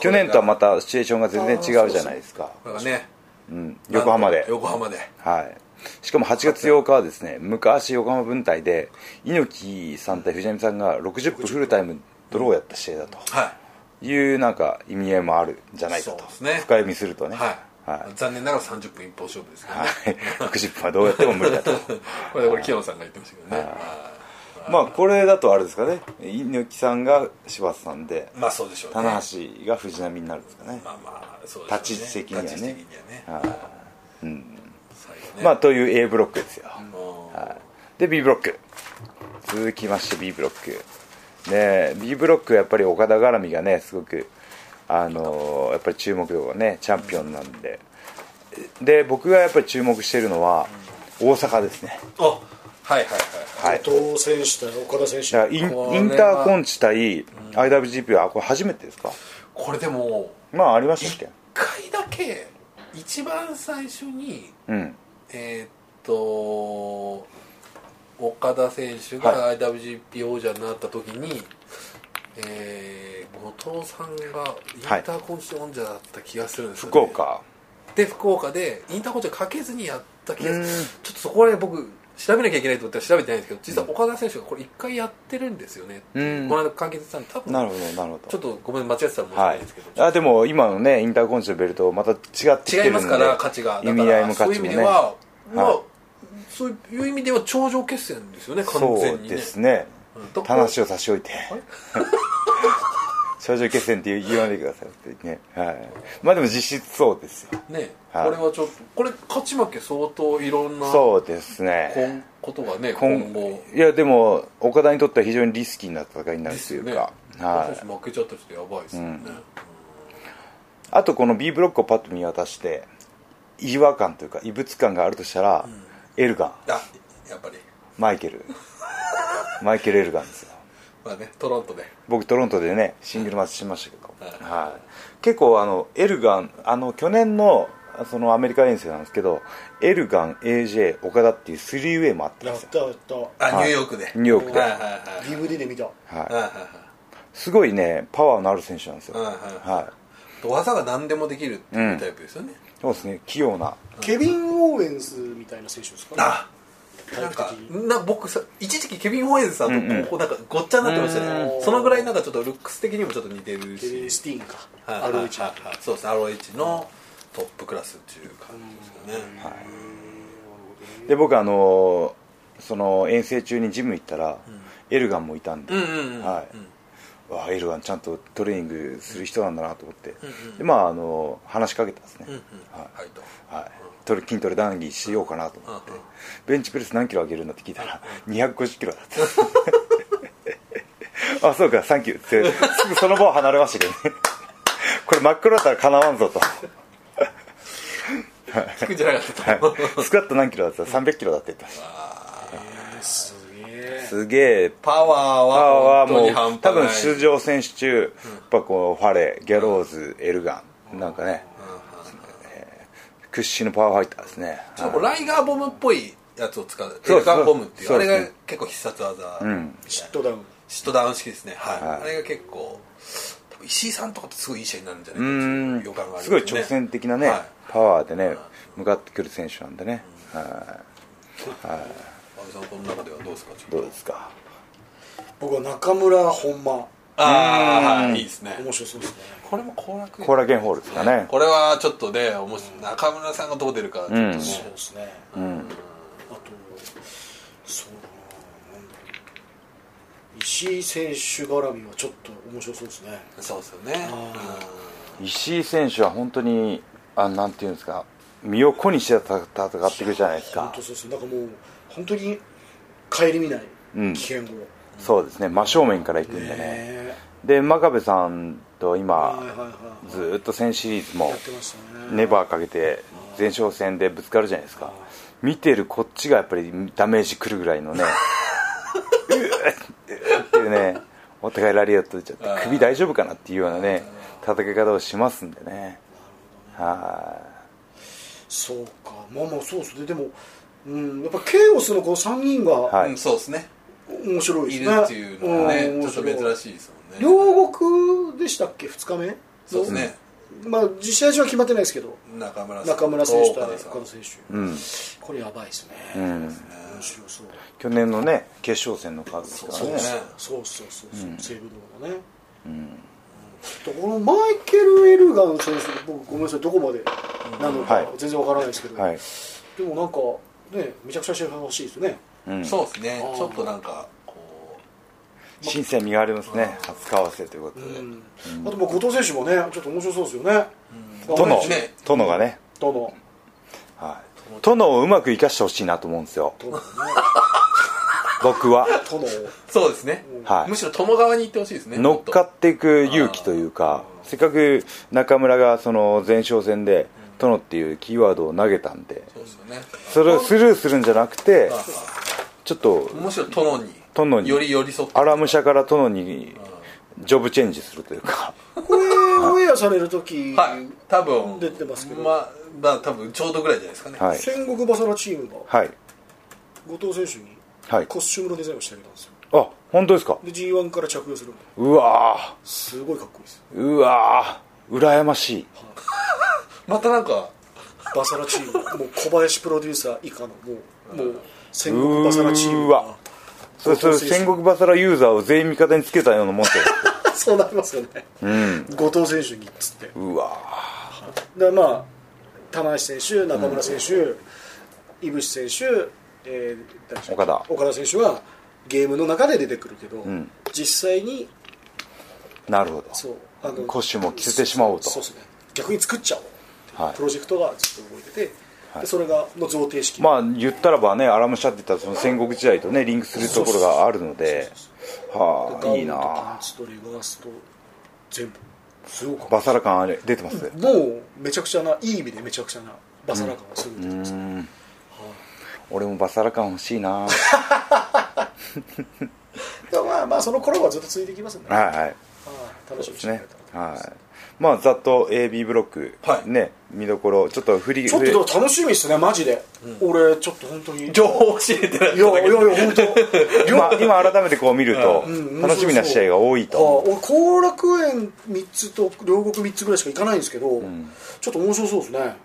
[SPEAKER 1] 去年とはまたシチュエーションが全然違うじゃないですか
[SPEAKER 2] これがね
[SPEAKER 1] うん横浜
[SPEAKER 2] なん
[SPEAKER 1] で
[SPEAKER 2] と横浜で
[SPEAKER 1] はいしかも8月8日はですね昔横浜分隊で猪木さん対藤波さんが60分フルタイムドローやった試合だと
[SPEAKER 2] は
[SPEAKER 1] いうなんか意味合いもあるんじゃないかと
[SPEAKER 2] そうですね
[SPEAKER 1] 深読みすると
[SPEAKER 2] い
[SPEAKER 1] ね
[SPEAKER 2] はい、
[SPEAKER 1] はい
[SPEAKER 2] 残念ながら30分一本勝負ですけどね、
[SPEAKER 1] はい、60分はどうやっても無理だと
[SPEAKER 2] これこれ清野さんが言ってましたけどね、
[SPEAKER 1] まあこれだとあれですかね猪木さんが柴田さんで
[SPEAKER 2] まあそうでしょうね
[SPEAKER 1] 棚橋が藤波になるんですかね
[SPEAKER 2] まあまあそうでしょうね
[SPEAKER 1] 立ち位置的にはね
[SPEAKER 2] 立ち位置的にはね最後ね
[SPEAKER 1] まあという A ブロックですよ
[SPEAKER 2] うん
[SPEAKER 1] で B ブロック続きまして B ブロックねえ B ブロックはやっぱり岡田絡みがねすごくあのーやっぱり注目度がねチャンピオンなんでで僕がやっぱり注目しているのは大阪ですね
[SPEAKER 2] おはいはいはい
[SPEAKER 1] はい
[SPEAKER 3] 後藤選手対岡田選
[SPEAKER 1] だから
[SPEAKER 3] 手
[SPEAKER 1] インイ
[SPEAKER 2] これは
[SPEAKER 1] ンターコンチ対 IWGP はこれ初めてですか
[SPEAKER 2] これでも
[SPEAKER 1] まあありましたっけ
[SPEAKER 2] 1回だけ一番最初に
[SPEAKER 1] うん
[SPEAKER 2] えーっと岡田選手が IWGP 王者になった時に、えー後藤さんがイン
[SPEAKER 1] はい
[SPEAKER 2] ターコンチオンジャだった気がするんですよ、ね
[SPEAKER 1] 福岡
[SPEAKER 2] で福岡でインターコンチかけずにやった気がす
[SPEAKER 1] う
[SPEAKER 2] る
[SPEAKER 1] ん
[SPEAKER 2] ちょっとそこら辺僕調べなきゃいけないと思ったら調べてないんですけど実は岡田選手がこれ一回やってるんですよね、
[SPEAKER 1] うん
[SPEAKER 2] この間関係したんで多分
[SPEAKER 1] なるほどなるほど
[SPEAKER 2] ちょっとごめん間違ってたら申し
[SPEAKER 1] は
[SPEAKER 2] 訳ないいですけど、、
[SPEAKER 1] あでも今のねインターコンチのベルトまた違ってきてるんで
[SPEAKER 2] 違いますから価値がだから
[SPEAKER 1] 意味合いも価
[SPEAKER 2] そうい
[SPEAKER 1] 値
[SPEAKER 2] う
[SPEAKER 1] も
[SPEAKER 2] 意味
[SPEAKER 1] ね
[SPEAKER 2] では、まあ
[SPEAKER 1] はい
[SPEAKER 2] そういう意味では頂上決戦ですよね完
[SPEAKER 1] そ
[SPEAKER 2] 全
[SPEAKER 1] う
[SPEAKER 2] にね
[SPEAKER 1] ですね
[SPEAKER 2] うんだから
[SPEAKER 1] 話を差し置いて 「頂上決戦」って言わないでくださいってね、はい、まあでも実質そうですよ
[SPEAKER 2] ね、
[SPEAKER 1] はい
[SPEAKER 2] これはちょっとこれ勝ち負け相当いろんな
[SPEAKER 1] そうです
[SPEAKER 2] こ
[SPEAKER 1] ね
[SPEAKER 2] んことがね
[SPEAKER 1] こん
[SPEAKER 2] 今後
[SPEAKER 1] いやでも岡田にとっては非常にリスキーな戦いになる
[SPEAKER 2] で
[SPEAKER 1] と
[SPEAKER 2] す
[SPEAKER 1] い
[SPEAKER 2] よ
[SPEAKER 1] う
[SPEAKER 2] ね
[SPEAKER 1] か、はい
[SPEAKER 2] 私、負けちゃった人やばいですよね、
[SPEAKER 1] あとこの B ブロックをパッと見渡して違和感というか異物感があるとしたら、エルガン
[SPEAKER 2] あやっぱり
[SPEAKER 1] マイケルマイケル・エルガンですよ
[SPEAKER 2] まあねトロントで
[SPEAKER 1] 僕トロントでねシングルマッチしましたけど、
[SPEAKER 2] はい
[SPEAKER 1] はい、結構あのエルガンあの去年のそのアメリカ遠征なんですけどエルガン AJ 岡田っていうスリーウェイもあったん
[SPEAKER 3] や
[SPEAKER 1] で
[SPEAKER 3] っ
[SPEAKER 1] すよ
[SPEAKER 3] たやった
[SPEAKER 2] あニュ
[SPEAKER 1] はい
[SPEAKER 2] ーヨークで
[SPEAKER 1] ニューヨークで、
[SPEAKER 2] はい
[SPEAKER 1] は
[SPEAKER 2] はいはい
[SPEAKER 3] DVD で見た
[SPEAKER 2] はい
[SPEAKER 1] い、
[SPEAKER 2] はいはい
[SPEAKER 1] すごいねパワーのある選手なんですよ、
[SPEAKER 2] はいはい
[SPEAKER 1] は
[SPEAKER 2] 技が何でもできるっていうタイプですよね、
[SPEAKER 1] い、そうですね器用な
[SPEAKER 3] ケビン・オーエンズみたいな選手ですか
[SPEAKER 2] あな
[SPEAKER 3] タ
[SPEAKER 2] ん
[SPEAKER 3] イプ的
[SPEAKER 2] か
[SPEAKER 3] に
[SPEAKER 2] な僕さ一時期ケビン・オーエンズさんとこうなんかごっちゃになってましたね、
[SPEAKER 3] うん
[SPEAKER 2] そのぐらいなんかちょっとルックス的にもちょっと似てる
[SPEAKER 3] ケビ
[SPEAKER 2] し
[SPEAKER 3] ン・スティーンか
[SPEAKER 2] はい
[SPEAKER 3] ROH
[SPEAKER 2] はいはいはいそうです ROH のトップクラスっていう感じですよね、
[SPEAKER 3] へーなるほどね
[SPEAKER 1] で僕あのーその遠征中にジム行ったら、エルガンもいたんで、
[SPEAKER 2] うんうんうん
[SPEAKER 1] は
[SPEAKER 2] うん
[SPEAKER 1] い、わあエルガンちゃんとトレーニングする人なんだなと思って、でまああのー話しかけたんですね、
[SPEAKER 2] うんうん
[SPEAKER 1] は
[SPEAKER 2] はいと
[SPEAKER 1] いはい、トレ筋トレ談義しようかなと思って、
[SPEAKER 2] うんうん
[SPEAKER 1] ベンチプレス何キロ上げるんだって聞いたら、250キロだって あそうかサンキューってすぐその場を離れましたけどねこれ真っ黒だったらかなわんぞと、
[SPEAKER 2] 聞くんじゃなかったと思う
[SPEAKER 1] はい、スクワット何キロだって言ったら300キロだって言ってました
[SPEAKER 3] えーすげえ
[SPEAKER 1] すげえパ
[SPEAKER 2] パワー
[SPEAKER 1] ワ
[SPEAKER 2] は
[SPEAKER 1] ー
[SPEAKER 2] 本当に
[SPEAKER 1] は
[SPEAKER 2] 半
[SPEAKER 1] もう
[SPEAKER 2] 端
[SPEAKER 1] 多
[SPEAKER 2] ない
[SPEAKER 1] 分出場選手中、やっぱこうファレギャローズエルガンなんかね、えー屈指のパワーファイターですね
[SPEAKER 2] ちょっとこうライガーボムっぽいやつを使うエ
[SPEAKER 1] そう
[SPEAKER 2] ルガーボムっていう
[SPEAKER 1] そう
[SPEAKER 2] あれが結構必殺技、
[SPEAKER 1] ん
[SPEAKER 3] シットダウン
[SPEAKER 2] シットダウン式ですねはい、
[SPEAKER 1] はい
[SPEAKER 2] あれが結構多分石井さんとかってすごいいい試合になるんじゃな
[SPEAKER 1] う
[SPEAKER 2] い
[SPEAKER 1] ん
[SPEAKER 2] かっていう予感があ
[SPEAKER 1] す
[SPEAKER 2] り
[SPEAKER 1] ご
[SPEAKER 2] ま
[SPEAKER 1] い
[SPEAKER 2] ね
[SPEAKER 1] 挑戦的なね、
[SPEAKER 2] はい
[SPEAKER 1] パワーでね向かってくる選手なんでね、は
[SPEAKER 2] 阿部さんこの中ではどうですかち
[SPEAKER 1] い
[SPEAKER 2] ょ
[SPEAKER 1] ど
[SPEAKER 2] っ
[SPEAKER 1] う
[SPEAKER 2] と
[SPEAKER 1] ですか
[SPEAKER 3] 僕は中村本間
[SPEAKER 2] ああいいですね
[SPEAKER 3] 面白そうですね
[SPEAKER 2] これも後楽園
[SPEAKER 1] コーラゲンホールですかね
[SPEAKER 2] これはちょっとね面白い中村さんがどう出るかちょっとね、
[SPEAKER 1] うん
[SPEAKER 3] そうですね
[SPEAKER 1] うん
[SPEAKER 3] あとそうだななんだろう石井選手絡みはちょっと面白そうですね
[SPEAKER 2] そうですよね
[SPEAKER 3] あ
[SPEAKER 1] 石井選手は本当にあなんていうんですか身を粉にして戦ってくるじゃないです
[SPEAKER 3] 本
[SPEAKER 1] か
[SPEAKER 3] 当そうですねなんかもう本当に顧みな
[SPEAKER 1] うん
[SPEAKER 3] い危険語ね
[SPEAKER 1] そうですね真正面から行くんでね、
[SPEAKER 3] え
[SPEAKER 1] で真壁さんと
[SPEAKER 3] はいはい
[SPEAKER 1] 今
[SPEAKER 3] はい
[SPEAKER 1] ずーっと1000シリーズも
[SPEAKER 3] やってましたね
[SPEAKER 1] ネバーかけて前哨戦でぶつかるじゃないですか見てるこっちがやっぱりダメージくるぐらいのねうーっていうねお互いラリアット打っちゃって首大丈夫かなっていうようなね戦い方をしますんでねは
[SPEAKER 3] そうかまあまあそうですねでもうんやっぱケイオスのこの3人が
[SPEAKER 1] はい
[SPEAKER 2] うんそうですね
[SPEAKER 3] 面白い
[SPEAKER 2] い
[SPEAKER 3] で
[SPEAKER 2] る
[SPEAKER 3] すね
[SPEAKER 2] っていうのはね、
[SPEAKER 3] ん
[SPEAKER 2] ちょっと珍
[SPEAKER 3] い
[SPEAKER 2] しいですもんね
[SPEAKER 3] 両国でしたっけ2日目
[SPEAKER 2] そうですね、
[SPEAKER 3] まあ実際中は決まってないですけど
[SPEAKER 2] 中村さん
[SPEAKER 3] 中村選手
[SPEAKER 2] 岡
[SPEAKER 3] と岡
[SPEAKER 2] 田
[SPEAKER 3] 田
[SPEAKER 2] さん
[SPEAKER 3] 選手、
[SPEAKER 1] い、うん
[SPEAKER 3] これやばいですね、
[SPEAKER 1] うん、
[SPEAKER 3] 面白そう
[SPEAKER 1] 去年のね決勝戦の数ですから
[SPEAKER 3] そう
[SPEAKER 1] ね
[SPEAKER 3] そう
[SPEAKER 2] ね
[SPEAKER 3] そうそうそう、西武ドームのね、うん、このマイケル・エルガン選手僕ごめんなさいどこまでなの
[SPEAKER 1] は
[SPEAKER 3] か
[SPEAKER 1] い
[SPEAKER 3] 全然わからないですけど、
[SPEAKER 1] はい
[SPEAKER 3] でもなんかねめちゃくちゃ試合が欲しいですね
[SPEAKER 1] うん
[SPEAKER 2] そうですね
[SPEAKER 3] あー
[SPEAKER 2] ちょっとなんかこ
[SPEAKER 1] 新鮮味がありますね初顔合わせということで、
[SPEAKER 3] うんあとまあ後藤選手もねちょっと面白そうですよね、
[SPEAKER 1] 殿
[SPEAKER 2] ね
[SPEAKER 1] 殿がね、
[SPEAKER 3] 殿
[SPEAKER 1] はい、殿をうまく生かしてほしいなと思うんですよ
[SPEAKER 3] 殿ね
[SPEAKER 1] 僕は、
[SPEAKER 3] 殿を
[SPEAKER 2] うそうですね、
[SPEAKER 1] はい
[SPEAKER 2] む、しろ友側に行ってほしいですね
[SPEAKER 1] 乗っかっていく勇気というかせっかく中村がその前哨戦で殿っていうキーワードを投げたんで
[SPEAKER 2] そうですよね
[SPEAKER 1] それをスルーするんじゃなくてちょっと
[SPEAKER 2] むしろ殿に
[SPEAKER 1] 殿に
[SPEAKER 2] より寄り添って
[SPEAKER 1] アラム社から殿にジョブチェンジするというか
[SPEAKER 3] これオンエアされる時、
[SPEAKER 2] はい多分
[SPEAKER 3] 出てますけど
[SPEAKER 2] まあまあ多分ちょうどぐらいじゃないですかね、
[SPEAKER 1] はい
[SPEAKER 3] 戦国バサラチームが
[SPEAKER 1] はい
[SPEAKER 3] 後藤選手に
[SPEAKER 1] はい
[SPEAKER 3] コスチュームのデザインをしてあげたんですよ、
[SPEAKER 1] あ本本当ですか
[SPEAKER 3] で G1 から着用するんで
[SPEAKER 1] うわ
[SPEAKER 3] すごいかっこいいです
[SPEAKER 1] ーうわー羨ましい
[SPEAKER 2] またなんか
[SPEAKER 3] バサラチームもう小林プロデューサー以下のもうもう戦国バサラチーム
[SPEAKER 1] うーわそれそれ戦国バサラユーザーを全員味方につけたようなもんって
[SPEAKER 3] そうなりますよね、後藤選手にっつって
[SPEAKER 1] うわ
[SPEAKER 3] でまあ玉橋選手中村選手、井渕選手、えー誰でしたっけ
[SPEAKER 1] 岡田
[SPEAKER 3] 岡田選手はゲームの中で出てくるけど、実際に
[SPEAKER 1] ーなるほど
[SPEAKER 3] そうあの
[SPEAKER 1] コスチュームを着せてしまおうと
[SPEAKER 3] そうですね逆に作っちゃおうっていう
[SPEAKER 1] はい
[SPEAKER 3] プロジェクトがずっと動いてて、でそれがの贈呈式、
[SPEAKER 1] まあ言ったらばねアラムシャって言ったらその戦国時代とねリンクするところがあるのでは
[SPEAKER 3] ダ
[SPEAKER 1] あ
[SPEAKER 3] ウン
[SPEAKER 1] いい
[SPEAKER 3] とパン
[SPEAKER 1] な
[SPEAKER 3] チとリバースと全部すごく
[SPEAKER 1] バサラ感あれ出てます
[SPEAKER 3] もうめちゃくちゃないい意味でめちゃくちゃなバサラ感がするんですね、
[SPEAKER 1] 俺もバサラ感欲しいなは
[SPEAKER 3] でもまあまあその頃はずっと続いていきますんで
[SPEAKER 1] い
[SPEAKER 3] ね、
[SPEAKER 1] はい
[SPEAKER 3] はい、楽しみにして
[SPEAKER 1] ね
[SPEAKER 3] いただいたらと思います
[SPEAKER 1] はいまあざっと AB ブロック、
[SPEAKER 2] はい
[SPEAKER 1] ね見どころちょっと振り
[SPEAKER 3] ちょっとでも楽しみですねマジで、俺ちょっと本当にいやい
[SPEAKER 2] 情報教えてない
[SPEAKER 3] やいや本
[SPEAKER 1] 振りまあ今改めてこう見ると、
[SPEAKER 3] ん
[SPEAKER 1] 楽しみな試合が多い
[SPEAKER 3] 当あ
[SPEAKER 1] と
[SPEAKER 3] 俺後楽園3つと両国3つぐらいしか行かないんですけど、ちょっと面白そうですね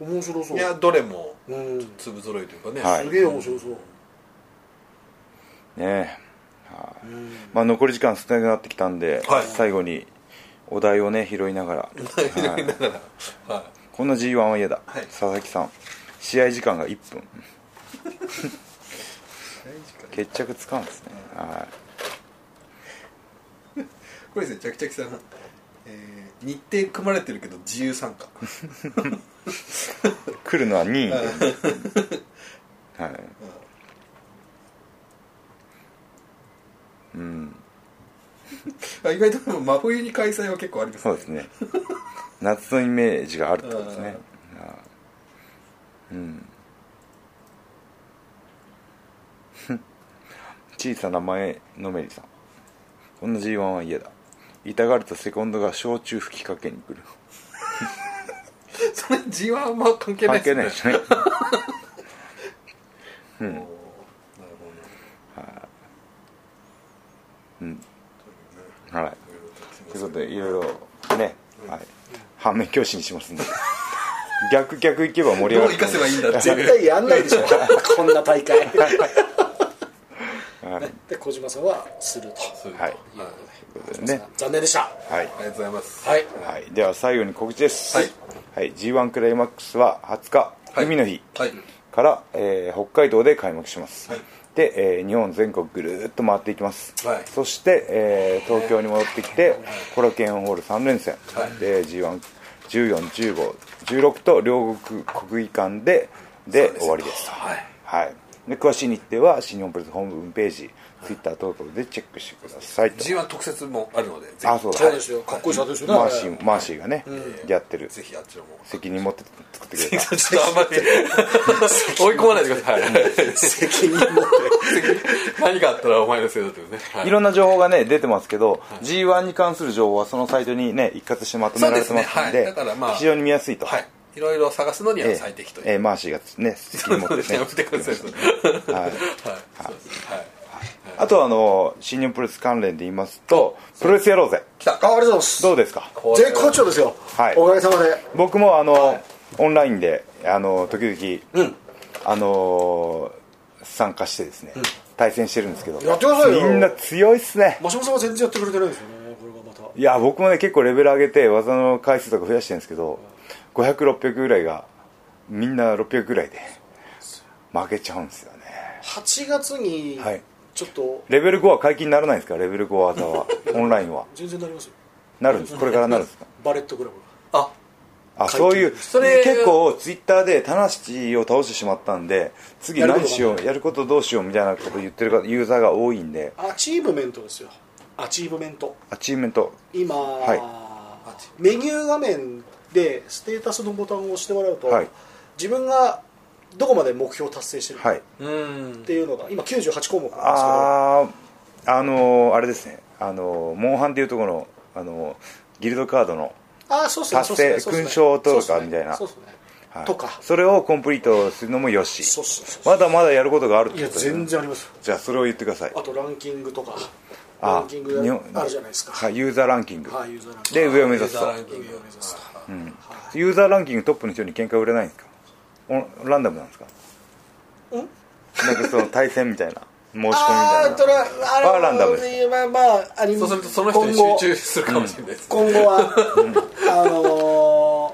[SPEAKER 3] 面白そう
[SPEAKER 2] いやどれも
[SPEAKER 3] うんす
[SPEAKER 2] 粒揃いというかね、
[SPEAKER 1] はい
[SPEAKER 3] げえ面白そう、
[SPEAKER 1] ねはいまあ、残り時間少なくなってきたんで、
[SPEAKER 2] はい
[SPEAKER 1] 最後にお題をね拾いながら、はい
[SPEAKER 2] だからはい
[SPEAKER 1] こんな G1 は嫌だ、
[SPEAKER 2] はい
[SPEAKER 1] 佐々木さん試合時間が1分決着つかんですね、は
[SPEAKER 2] これですねチャキチャキさん、えー日程組まれてるけど自 由参加
[SPEAKER 1] い、来るのは2位はい
[SPEAKER 2] あ意外とでも真冬に開催は結構あります
[SPEAKER 1] そうですね夏のイメージがあるってことですね 小さな前のめりさんこんな G1 は嫌だ痛がるとセコンドが焼酎吹きかけに来る
[SPEAKER 2] それ G1 はあんま関係ない
[SPEAKER 1] 関
[SPEAKER 2] です
[SPEAKER 1] 係
[SPEAKER 2] ね
[SPEAKER 1] ないですね
[SPEAKER 2] おーなるほど
[SPEAKER 1] は
[SPEAKER 2] ね
[SPEAKER 1] い
[SPEAKER 2] いろいろとすい
[SPEAKER 1] というこ
[SPEAKER 2] ません
[SPEAKER 1] とでいろいろね、はい、反面教師にしますんで逆逆行けば盛り上
[SPEAKER 2] ど
[SPEAKER 1] が
[SPEAKER 2] う
[SPEAKER 1] る
[SPEAKER 2] 生かせばいいんだっていう
[SPEAKER 3] 絶対やんない でしょこんな大会ねで小島さんはすると
[SPEAKER 2] そういう
[SPEAKER 1] はい
[SPEAKER 2] ことはい
[SPEAKER 1] ね
[SPEAKER 3] 残念でした
[SPEAKER 1] はい
[SPEAKER 2] ありがとうございます
[SPEAKER 3] はい
[SPEAKER 1] はい、では最後に告知です、
[SPEAKER 2] はい
[SPEAKER 1] はい、g 1クライマックスは20日、
[SPEAKER 2] はい
[SPEAKER 1] 海の日
[SPEAKER 2] はい
[SPEAKER 1] から、えー北海道で開幕します、
[SPEAKER 2] はい
[SPEAKER 1] で、えー日本全国ぐるーっと回っていきます、
[SPEAKER 2] はい
[SPEAKER 1] そして、えー東京に戻ってきてコロケンホール3連戦、
[SPEAKER 2] はい
[SPEAKER 1] で g 1 1 4 1 5 1 6と両国国技館でで終わりです
[SPEAKER 2] はい
[SPEAKER 1] はいで詳しい日程は新日本プロレスホームページ、ツイッター等々でチェックしてくださいと
[SPEAKER 2] G1 特設もあるのでぜひ
[SPEAKER 1] あそうだ
[SPEAKER 3] そうですよかっこいいシャツですよね
[SPEAKER 1] マーシーマーシーがね、やってる
[SPEAKER 2] ぜひあっちらも
[SPEAKER 1] 責任持って作ってくれた
[SPEAKER 2] ちょっとあんまり追い込まないでください
[SPEAKER 3] 責任持って
[SPEAKER 2] 何かあったらお前のせいだというねはい
[SPEAKER 1] いろんな情報がね出てますけど、G1 に関する情報はそのサイトにね一括してまとめられてますの
[SPEAKER 2] そうですねはい
[SPEAKER 1] で
[SPEAKER 2] だからまあ
[SPEAKER 1] 非常に見やすいと、
[SPEAKER 2] はいいろいろ探すのに
[SPEAKER 1] え
[SPEAKER 2] は
[SPEAKER 1] え
[SPEAKER 2] 最適という
[SPEAKER 1] ええマーシーがね責任持ってね
[SPEAKER 2] やめてください。はい。
[SPEAKER 1] はい
[SPEAKER 2] そうですはい。
[SPEAKER 1] あとはあの新日本プロレス関連で言いますとプロレスやろうぜ
[SPEAKER 2] 来た。
[SPEAKER 3] あありがとうございます
[SPEAKER 1] どうですか
[SPEAKER 2] これ
[SPEAKER 3] 絶好調ですよ、
[SPEAKER 1] はい
[SPEAKER 3] おかげさまで
[SPEAKER 1] 僕もあの、オンラインであの時々、あの参加してですね、対戦してるんですけど
[SPEAKER 3] やってくださいよ
[SPEAKER 1] みんな強いっすね
[SPEAKER 3] 真島さんは全然やってくれてないんですよねこれがまた
[SPEAKER 1] いや僕もね結構レベル上げて技の回数とか増やしてるんですけど500600ぐらいがみんな600ぐらいで負けちゃうんですよね
[SPEAKER 3] 8月に
[SPEAKER 1] はい
[SPEAKER 3] ちょっと
[SPEAKER 1] レベル5は解禁にならないんですかレベル5技はオンラインは
[SPEAKER 3] 全然なりますよ
[SPEAKER 1] なるんですこれからなるんですか
[SPEAKER 3] バレットクラブ
[SPEAKER 2] あ、
[SPEAKER 1] あ
[SPEAKER 3] 解禁
[SPEAKER 1] そういう
[SPEAKER 2] それ
[SPEAKER 1] 結構ツイッターで棚橋を倒してしまったんで次
[SPEAKER 3] やること
[SPEAKER 1] 何しよ
[SPEAKER 3] が
[SPEAKER 1] うやることどうしようみたいなこと言ってる方ユーザーが多いんで
[SPEAKER 3] アチーブメントですよアチーブメント
[SPEAKER 1] アチーブメント
[SPEAKER 3] 今、
[SPEAKER 1] い
[SPEAKER 3] メニュー画面でステータスのボタンを押してもらうと、
[SPEAKER 1] はい
[SPEAKER 3] 自分がどこまで目標を達成してる
[SPEAKER 1] は
[SPEAKER 3] か
[SPEAKER 1] い
[SPEAKER 2] うん
[SPEAKER 3] っ。ていうのが、今98項目なんですけど
[SPEAKER 1] あああのーあれですねあのーモンハンでいうところのあのーギルドカードの
[SPEAKER 3] あーそうっすね
[SPEAKER 1] 達成
[SPEAKER 3] そうっすね
[SPEAKER 1] 勲章とかみたいな
[SPEAKER 3] そうっすね
[SPEAKER 1] はい
[SPEAKER 3] とか
[SPEAKER 1] それをコンプリートするのもよし
[SPEAKER 3] そうそうそう
[SPEAKER 1] まだまだやることがあるって
[SPEAKER 3] いや
[SPEAKER 1] ことだよね
[SPEAKER 3] 全然ありますよ
[SPEAKER 1] じゃあそれを言ってください
[SPEAKER 3] あとランキングとか
[SPEAKER 1] あ
[SPEAKER 3] ランキング
[SPEAKER 1] 日
[SPEAKER 3] や
[SPEAKER 1] 本
[SPEAKER 3] あるじゃないですか
[SPEAKER 1] はいユーザーランキング
[SPEAKER 3] はいユーザーランキング
[SPEAKER 1] で上を目指すと
[SPEAKER 2] ユーザーランキ
[SPEAKER 3] 上
[SPEAKER 2] ン
[SPEAKER 3] を
[SPEAKER 2] グ
[SPEAKER 3] 目指すとはい
[SPEAKER 1] ユーザーランキングトップの人に喧嘩売れないんですかおランダムなんですか
[SPEAKER 3] うん
[SPEAKER 1] なんかその対戦みたい な申し込みみ
[SPEAKER 3] あー
[SPEAKER 1] た
[SPEAKER 3] と
[SPEAKER 1] いな
[SPEAKER 3] らあの
[SPEAKER 1] はランダムで
[SPEAKER 3] まあまああり
[SPEAKER 2] そうするとその人に
[SPEAKER 3] 今後
[SPEAKER 2] 集中するかもしれないです、
[SPEAKER 3] 今後はあの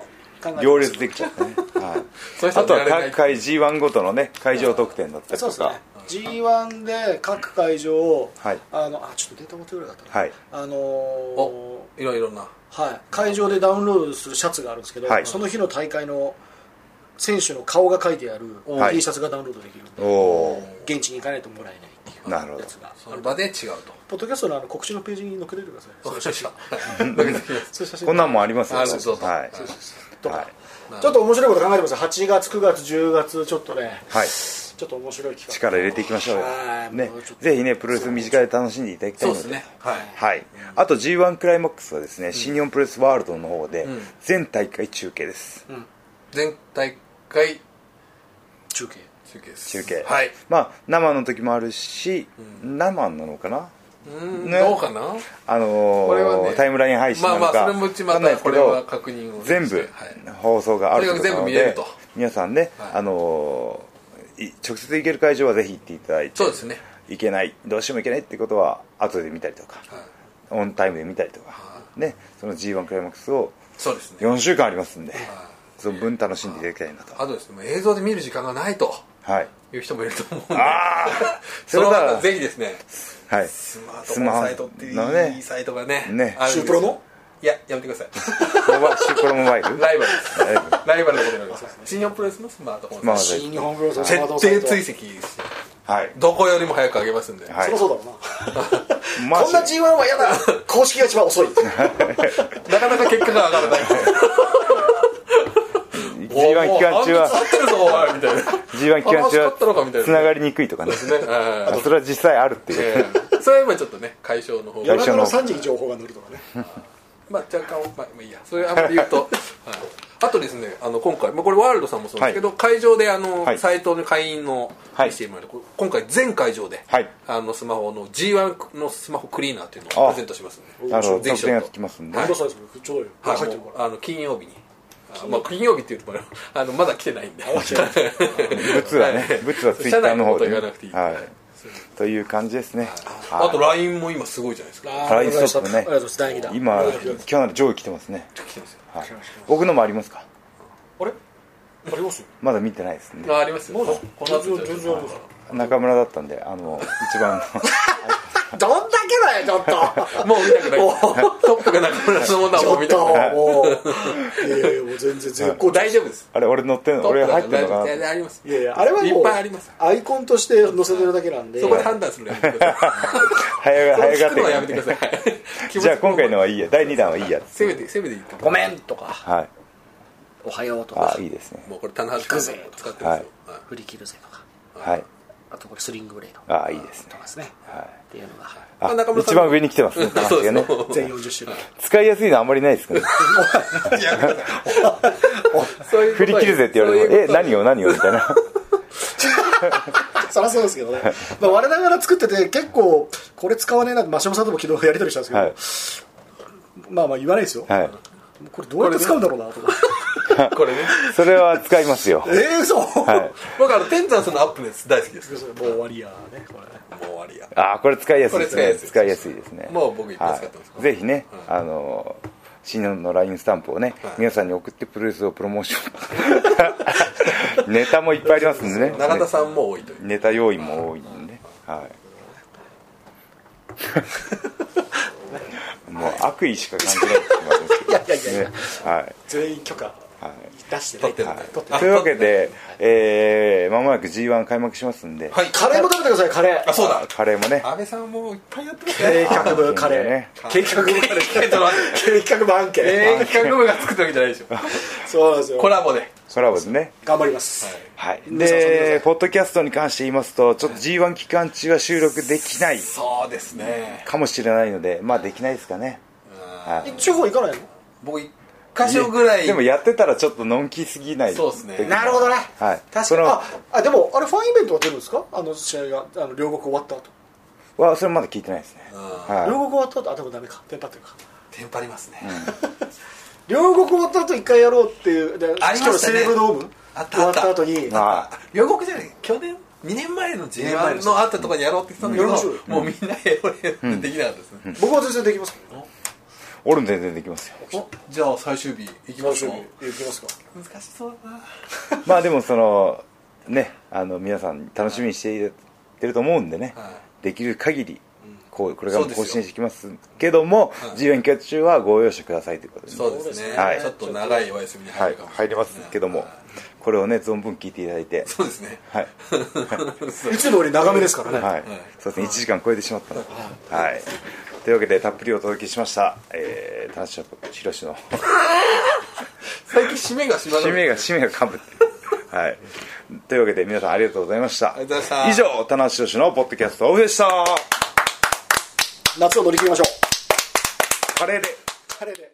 [SPEAKER 3] ー考えてます
[SPEAKER 1] 行列できちゃったね、はい、
[SPEAKER 2] その人
[SPEAKER 1] あと
[SPEAKER 2] は
[SPEAKER 1] は
[SPEAKER 2] 寝られない
[SPEAKER 1] 各回 G1 ごとのね会場特典だったり
[SPEAKER 3] そう
[SPEAKER 1] と
[SPEAKER 3] です
[SPEAKER 1] か
[SPEAKER 3] ね G1 で各会場を、
[SPEAKER 1] はい
[SPEAKER 3] あのあちょっとデータ持ってくれなかったな
[SPEAKER 1] はい
[SPEAKER 3] あの
[SPEAKER 2] おいろいろな
[SPEAKER 3] ーはい、会場でダウンロードするシャツがあるんですけど、
[SPEAKER 1] はい
[SPEAKER 3] その日の大会の選手の顔が書いてある
[SPEAKER 1] はい
[SPEAKER 3] T シャツがダウンロードできるんで、
[SPEAKER 1] おお
[SPEAKER 3] 現地に行かないともらえないっていう
[SPEAKER 1] なるほど
[SPEAKER 3] やつが
[SPEAKER 2] その場で違うと
[SPEAKER 3] ポッドキャストのあの告知のページに載っけててください
[SPEAKER 2] そうしました
[SPEAKER 3] そういう写真
[SPEAKER 1] こんなんもありますよ
[SPEAKER 2] あそうそうそう
[SPEAKER 1] はい
[SPEAKER 2] そうそう
[SPEAKER 3] とか、
[SPEAKER 1] はい
[SPEAKER 3] ちょっと面白いこと考えてますよ8月9月10月ちょっとね
[SPEAKER 1] はい
[SPEAKER 3] ちょっと面白い企画
[SPEAKER 1] 力入れていきましょうよ
[SPEAKER 3] はい
[SPEAKER 1] ね
[SPEAKER 3] もうちょっと
[SPEAKER 1] ぜひねプロレス身近で楽しんでいただきたい
[SPEAKER 2] そう
[SPEAKER 1] の
[SPEAKER 2] で
[SPEAKER 1] です
[SPEAKER 2] ねはい
[SPEAKER 1] はい、あと g 1クライマックスはですね、新日本プロレスワールドの方で
[SPEAKER 2] ん
[SPEAKER 1] 全大会中継です、
[SPEAKER 2] 全大会
[SPEAKER 3] 中継
[SPEAKER 2] 中継です
[SPEAKER 1] 中継
[SPEAKER 2] はい
[SPEAKER 1] まあ生の時もあるし、生なのかな
[SPEAKER 2] うーん
[SPEAKER 1] ね
[SPEAKER 2] どうかな
[SPEAKER 1] あの
[SPEAKER 2] これは
[SPEAKER 1] ー
[SPEAKER 2] ね
[SPEAKER 1] タイムライン配信
[SPEAKER 2] ま
[SPEAKER 1] な
[SPEAKER 2] あま
[SPEAKER 1] の
[SPEAKER 2] あ
[SPEAKER 1] か
[SPEAKER 2] そ
[SPEAKER 1] わ
[SPEAKER 2] れ
[SPEAKER 1] か
[SPEAKER 2] も
[SPEAKER 1] ん
[SPEAKER 2] ちま
[SPEAKER 1] ない
[SPEAKER 2] た
[SPEAKER 1] ですけ
[SPEAKER 2] これは
[SPEAKER 1] ど
[SPEAKER 2] 確認をして
[SPEAKER 1] 全部
[SPEAKER 2] はい
[SPEAKER 1] 放送があるということなの
[SPEAKER 2] とにかく全部見れる
[SPEAKER 1] で
[SPEAKER 2] と
[SPEAKER 1] 皆さんね、
[SPEAKER 2] はい
[SPEAKER 1] あのーい直接行ける会場はぜひ行っていただいて
[SPEAKER 2] そうですね
[SPEAKER 1] 行けないどうしても行けないってことは後で見たりとか、
[SPEAKER 2] はい
[SPEAKER 1] オンタイムで見たりとか、ねその g 1クライマックスを
[SPEAKER 2] そうですね
[SPEAKER 1] 4週間ありますんで、その分楽しんでいただきたいなと
[SPEAKER 2] あとですねもう映像で見る時間がないと
[SPEAKER 1] はい
[SPEAKER 2] いう人もいると思うんで
[SPEAKER 1] ああそ
[SPEAKER 2] そ
[SPEAKER 1] れ
[SPEAKER 2] の
[SPEAKER 1] な
[SPEAKER 2] 方
[SPEAKER 1] ら
[SPEAKER 2] ぜひですね
[SPEAKER 1] はいス
[SPEAKER 2] スマートフォンサイトって
[SPEAKER 1] マホの
[SPEAKER 2] いういい
[SPEAKER 1] ね
[SPEAKER 2] サイトがね
[SPEAKER 1] ね
[SPEAKER 2] あるんですよ
[SPEAKER 3] シュープロの
[SPEAKER 2] いややめてください
[SPEAKER 1] モバシュコロモバイル
[SPEAKER 2] ライバルですライバルのことになります新日本プロレスのスマートフォン
[SPEAKER 1] まあ
[SPEAKER 3] 新日本プロレスのスマートフォンサイ
[SPEAKER 2] 徹
[SPEAKER 3] ト
[SPEAKER 2] 底追跡です
[SPEAKER 1] はい
[SPEAKER 2] どこよりも早く上げますんで、
[SPEAKER 1] はい
[SPEAKER 3] そりゃそうだろう
[SPEAKER 1] まあ
[SPEAKER 3] なこんな G1 は嫌だ公式が一番遅い
[SPEAKER 2] なかなか結果が上 がらない
[SPEAKER 1] G1 期間中
[SPEAKER 2] おお
[SPEAKER 1] は
[SPEAKER 2] あんた使ってるぞおいみたいな
[SPEAKER 1] G1 期間中
[SPEAKER 2] あ助かったのかみた
[SPEAKER 1] は
[SPEAKER 2] いな
[SPEAKER 1] つながりにくいとかね
[SPEAKER 2] ですねうん
[SPEAKER 1] あそれは実際あるっていう
[SPEAKER 2] ええそれは今ちょっとね解消の方
[SPEAKER 1] 解
[SPEAKER 3] 夜
[SPEAKER 2] が
[SPEAKER 1] 消
[SPEAKER 3] 中の3時に情報が載るとかね
[SPEAKER 2] まあ若干まあまあいいやそれあんまり 言うと、はい、あとですねあの今回、まあ、これワールドさんもそうなんですけど、会場であの、
[SPEAKER 1] はい
[SPEAKER 2] サイトの会員の
[SPEAKER 1] はい
[SPEAKER 2] 見せてもらえるこ今回全会場で、
[SPEAKER 1] はい
[SPEAKER 2] あのスマホの G1 のスマホクリーナーっていうのをプレゼントしますんで
[SPEAKER 1] なるほど
[SPEAKER 2] ぜ
[SPEAKER 1] 得
[SPEAKER 2] ひち
[SPEAKER 1] 点が
[SPEAKER 2] ょっと
[SPEAKER 1] つきますんで
[SPEAKER 3] 何度サイズちょうど
[SPEAKER 2] はいい、
[SPEAKER 3] 入ってる
[SPEAKER 2] も
[SPEAKER 3] か
[SPEAKER 2] うあの金曜日にあまあ、金曜日っていうとも あのまだ来てないんで
[SPEAKER 1] ブツはねブ ツはツイッターの方で
[SPEAKER 2] 社内のことは言
[SPEAKER 1] ね
[SPEAKER 2] わなくていい
[SPEAKER 1] はいという感じですね
[SPEAKER 2] あと
[SPEAKER 1] は
[SPEAKER 2] LINE も今すごいじゃないですから
[SPEAKER 1] ラインストップね
[SPEAKER 3] ありがとうございます第2弾
[SPEAKER 1] い今
[SPEAKER 3] ありがとうございます
[SPEAKER 1] 今日なら上位来てますね
[SPEAKER 2] 来てますよ
[SPEAKER 1] はい僕のもありますか
[SPEAKER 3] あれあります
[SPEAKER 1] まだ見てないですね
[SPEAKER 2] あありますよこの後
[SPEAKER 3] 全然全然あります
[SPEAKER 1] 中村だったんであの一 番の
[SPEAKER 3] どんだけだよ ちょっと
[SPEAKER 2] もう見たくないトップが中村のものは
[SPEAKER 3] ち
[SPEAKER 2] もう
[SPEAKER 3] ょっ
[SPEAKER 2] 見た
[SPEAKER 3] と
[SPEAKER 2] くない
[SPEAKER 3] もういやいやいやもう全然絶好
[SPEAKER 2] もう
[SPEAKER 3] 大
[SPEAKER 2] 大
[SPEAKER 3] 丈
[SPEAKER 2] 丈
[SPEAKER 3] 夫
[SPEAKER 2] 夫です
[SPEAKER 1] あれ俺乗ってんの俺入ってんのか
[SPEAKER 2] 大
[SPEAKER 1] な
[SPEAKER 2] 丈夫ですあり ます
[SPEAKER 3] いやいやあれはもう
[SPEAKER 2] いっぱいあります
[SPEAKER 3] アイコンとして載せてるだけなんで
[SPEAKER 2] そこで判断するのやめてくださ
[SPEAKER 1] 早が
[SPEAKER 2] い
[SPEAKER 1] 早
[SPEAKER 2] 聞
[SPEAKER 1] がっ
[SPEAKER 2] く
[SPEAKER 1] て
[SPEAKER 2] のは
[SPEAKER 1] る
[SPEAKER 2] やめてください気持ち
[SPEAKER 1] じゃあ今回のはいいや第2弾はいいや
[SPEAKER 2] せめてせめて言って
[SPEAKER 3] ごめんとか
[SPEAKER 1] はい
[SPEAKER 3] おはようと
[SPEAKER 1] あ
[SPEAKER 3] か
[SPEAKER 1] いいですね
[SPEAKER 2] もうこれ棚橋君も使ってますよはい
[SPEAKER 3] 振り切るぜとか
[SPEAKER 1] はい
[SPEAKER 3] あとこれスリングブレード
[SPEAKER 1] あいいですね
[SPEAKER 3] とかですねっていうのが
[SPEAKER 1] あ
[SPEAKER 2] 中村さ
[SPEAKER 1] 一
[SPEAKER 2] ん
[SPEAKER 1] 番上に来てますね高
[SPEAKER 2] そう
[SPEAKER 1] 橋
[SPEAKER 2] で
[SPEAKER 1] が
[SPEAKER 2] す
[SPEAKER 1] ね
[SPEAKER 2] ね
[SPEAKER 3] 全40種類
[SPEAKER 1] 使いやすいのあんまりない ですけどね
[SPEAKER 2] そういうこ
[SPEAKER 1] 振
[SPEAKER 2] と
[SPEAKER 1] り切るぜって言われ
[SPEAKER 2] そうい
[SPEAKER 1] て
[SPEAKER 2] う
[SPEAKER 1] もえ
[SPEAKER 2] こと
[SPEAKER 1] 何を何をみたいな
[SPEAKER 3] そりゃそうですけどね、まあ、我ながら作ってて結構これ使わねえなって真島さんとも昨日やり取りしたんですけ
[SPEAKER 1] はい
[SPEAKER 3] ど、まあまあ言わないですよ、
[SPEAKER 1] はい
[SPEAKER 3] これどうやって使うんだろうなとか
[SPEAKER 2] これね
[SPEAKER 1] それは使いますよ
[SPEAKER 3] ええそう、
[SPEAKER 1] はい
[SPEAKER 2] 僕あの天山さんのアップのやつ大好きです
[SPEAKER 3] もう終わりやねこれね
[SPEAKER 2] もう終わりや
[SPEAKER 1] あこれ使いやすいですね
[SPEAKER 2] これ
[SPEAKER 1] 使
[SPEAKER 2] 使
[SPEAKER 1] い
[SPEAKER 2] い
[SPEAKER 1] や
[SPEAKER 2] や
[SPEAKER 1] す
[SPEAKER 2] す
[SPEAKER 1] い
[SPEAKER 2] い
[SPEAKER 1] で
[SPEAKER 2] です
[SPEAKER 1] ね
[SPEAKER 2] もう僕いっぱい使ってます
[SPEAKER 1] はいぜひねあの新日本の LINE スタンプをね皆さんに送ってプロレスをプロモーション ネタもいっぱいありますんでね
[SPEAKER 2] 永田さんも多いという
[SPEAKER 1] ネタ用意も多いんでね はい。もう悪意しか感じないって言われますけ
[SPEAKER 3] いやいやいやい
[SPEAKER 1] ど
[SPEAKER 3] や、
[SPEAKER 1] ね。はい。
[SPEAKER 3] 全員許可出して
[SPEAKER 2] 取ってるん
[SPEAKER 3] ね
[SPEAKER 2] で
[SPEAKER 3] 取って
[SPEAKER 1] というわけで、えー、まもなく G1 開幕しますんで、
[SPEAKER 2] はい
[SPEAKER 3] カレーも食べてくださいカレー
[SPEAKER 2] あそうだ
[SPEAKER 1] カレーもね、
[SPEAKER 2] 安倍さんもいっぱいやってますね
[SPEAKER 3] 計画部カレー、
[SPEAKER 1] ね
[SPEAKER 3] 計画部カレ ー
[SPEAKER 2] ちょっと待って
[SPEAKER 3] 計画部案件、
[SPEAKER 2] 演歌部が作ったわけじゃないでしょ
[SPEAKER 3] そうなんですよ
[SPEAKER 2] コラボで
[SPEAKER 1] コラボでね。
[SPEAKER 3] 頑張ります、
[SPEAKER 1] はい。
[SPEAKER 3] 皆さん遊んでくだ
[SPEAKER 1] で、ポッドキャストに関して言いますと、ちょっと G1 期間中は収録できない
[SPEAKER 2] そうですね
[SPEAKER 1] かもしれないので、まあできないですかね。
[SPEAKER 3] え地方行かないの
[SPEAKER 2] 僕い箇所ぐらい
[SPEAKER 1] でもやってたらちょっとのんきすぎない
[SPEAKER 4] そうっすね
[SPEAKER 2] なるほどね、
[SPEAKER 1] はい
[SPEAKER 2] 確
[SPEAKER 1] そ
[SPEAKER 2] かに
[SPEAKER 1] の
[SPEAKER 2] あ
[SPEAKER 3] ああでもあれファンイベントは出るんですかあの試合があの両国終わった後、
[SPEAKER 1] わそれまだ聞いてないですねはい
[SPEAKER 3] 両国終わった後あでもダメかテンパってるか
[SPEAKER 2] テンパりますね、
[SPEAKER 3] 両国終わった後一回やろうっていうで
[SPEAKER 2] ありましたね
[SPEAKER 3] 西武ドーム
[SPEAKER 2] あった
[SPEAKER 3] 終
[SPEAKER 2] あ
[SPEAKER 3] わ
[SPEAKER 2] っ
[SPEAKER 3] ったた後に
[SPEAKER 1] あ
[SPEAKER 2] あ両国じゃない去年2年前の
[SPEAKER 3] 年前の
[SPEAKER 2] J1 のあったところにやろうって言ってたんだけど、もうみんなエロエロできなかったですね、
[SPEAKER 3] 僕は全然できますけど
[SPEAKER 1] 俺も全然でき ますよ
[SPEAKER 2] おじゃあ最終日行きましょう
[SPEAKER 3] 行きますか
[SPEAKER 2] 難しそうだな
[SPEAKER 1] まあでもそのねあの皆さん楽しみにしていただいてると思うんでね、
[SPEAKER 2] は
[SPEAKER 1] できる限りこうこれからも
[SPEAKER 2] そうで
[SPEAKER 1] 更
[SPEAKER 2] す
[SPEAKER 1] 新
[SPEAKER 2] よ
[SPEAKER 1] していきますけども、
[SPEAKER 2] い
[SPEAKER 1] G1 決中はご容赦くださいということでね
[SPEAKER 2] そうですね、
[SPEAKER 1] はい
[SPEAKER 2] ちょっと長いお休みに
[SPEAKER 1] は
[SPEAKER 2] 入
[SPEAKER 1] い
[SPEAKER 2] るかもしれな
[SPEAKER 1] 入
[SPEAKER 2] い、
[SPEAKER 1] りますけども、これをね存分聞いていただいて
[SPEAKER 2] そうですね
[SPEAKER 1] はい、
[SPEAKER 3] いつもより長めですからね、
[SPEAKER 1] はいそうですね1時間超えてしまったのはいというわけでたっぷりお届けしましたえー田中宏の
[SPEAKER 2] 最近締めが締まらない
[SPEAKER 1] 締めが締めがかぶってるはいというわけで皆さんありがとうございました
[SPEAKER 2] りがとうございま
[SPEAKER 1] 以
[SPEAKER 2] した
[SPEAKER 1] 上田中宏のポッドキャストオフでした
[SPEAKER 3] 夏を乗り切りましょう
[SPEAKER 1] カレーで
[SPEAKER 3] 彼で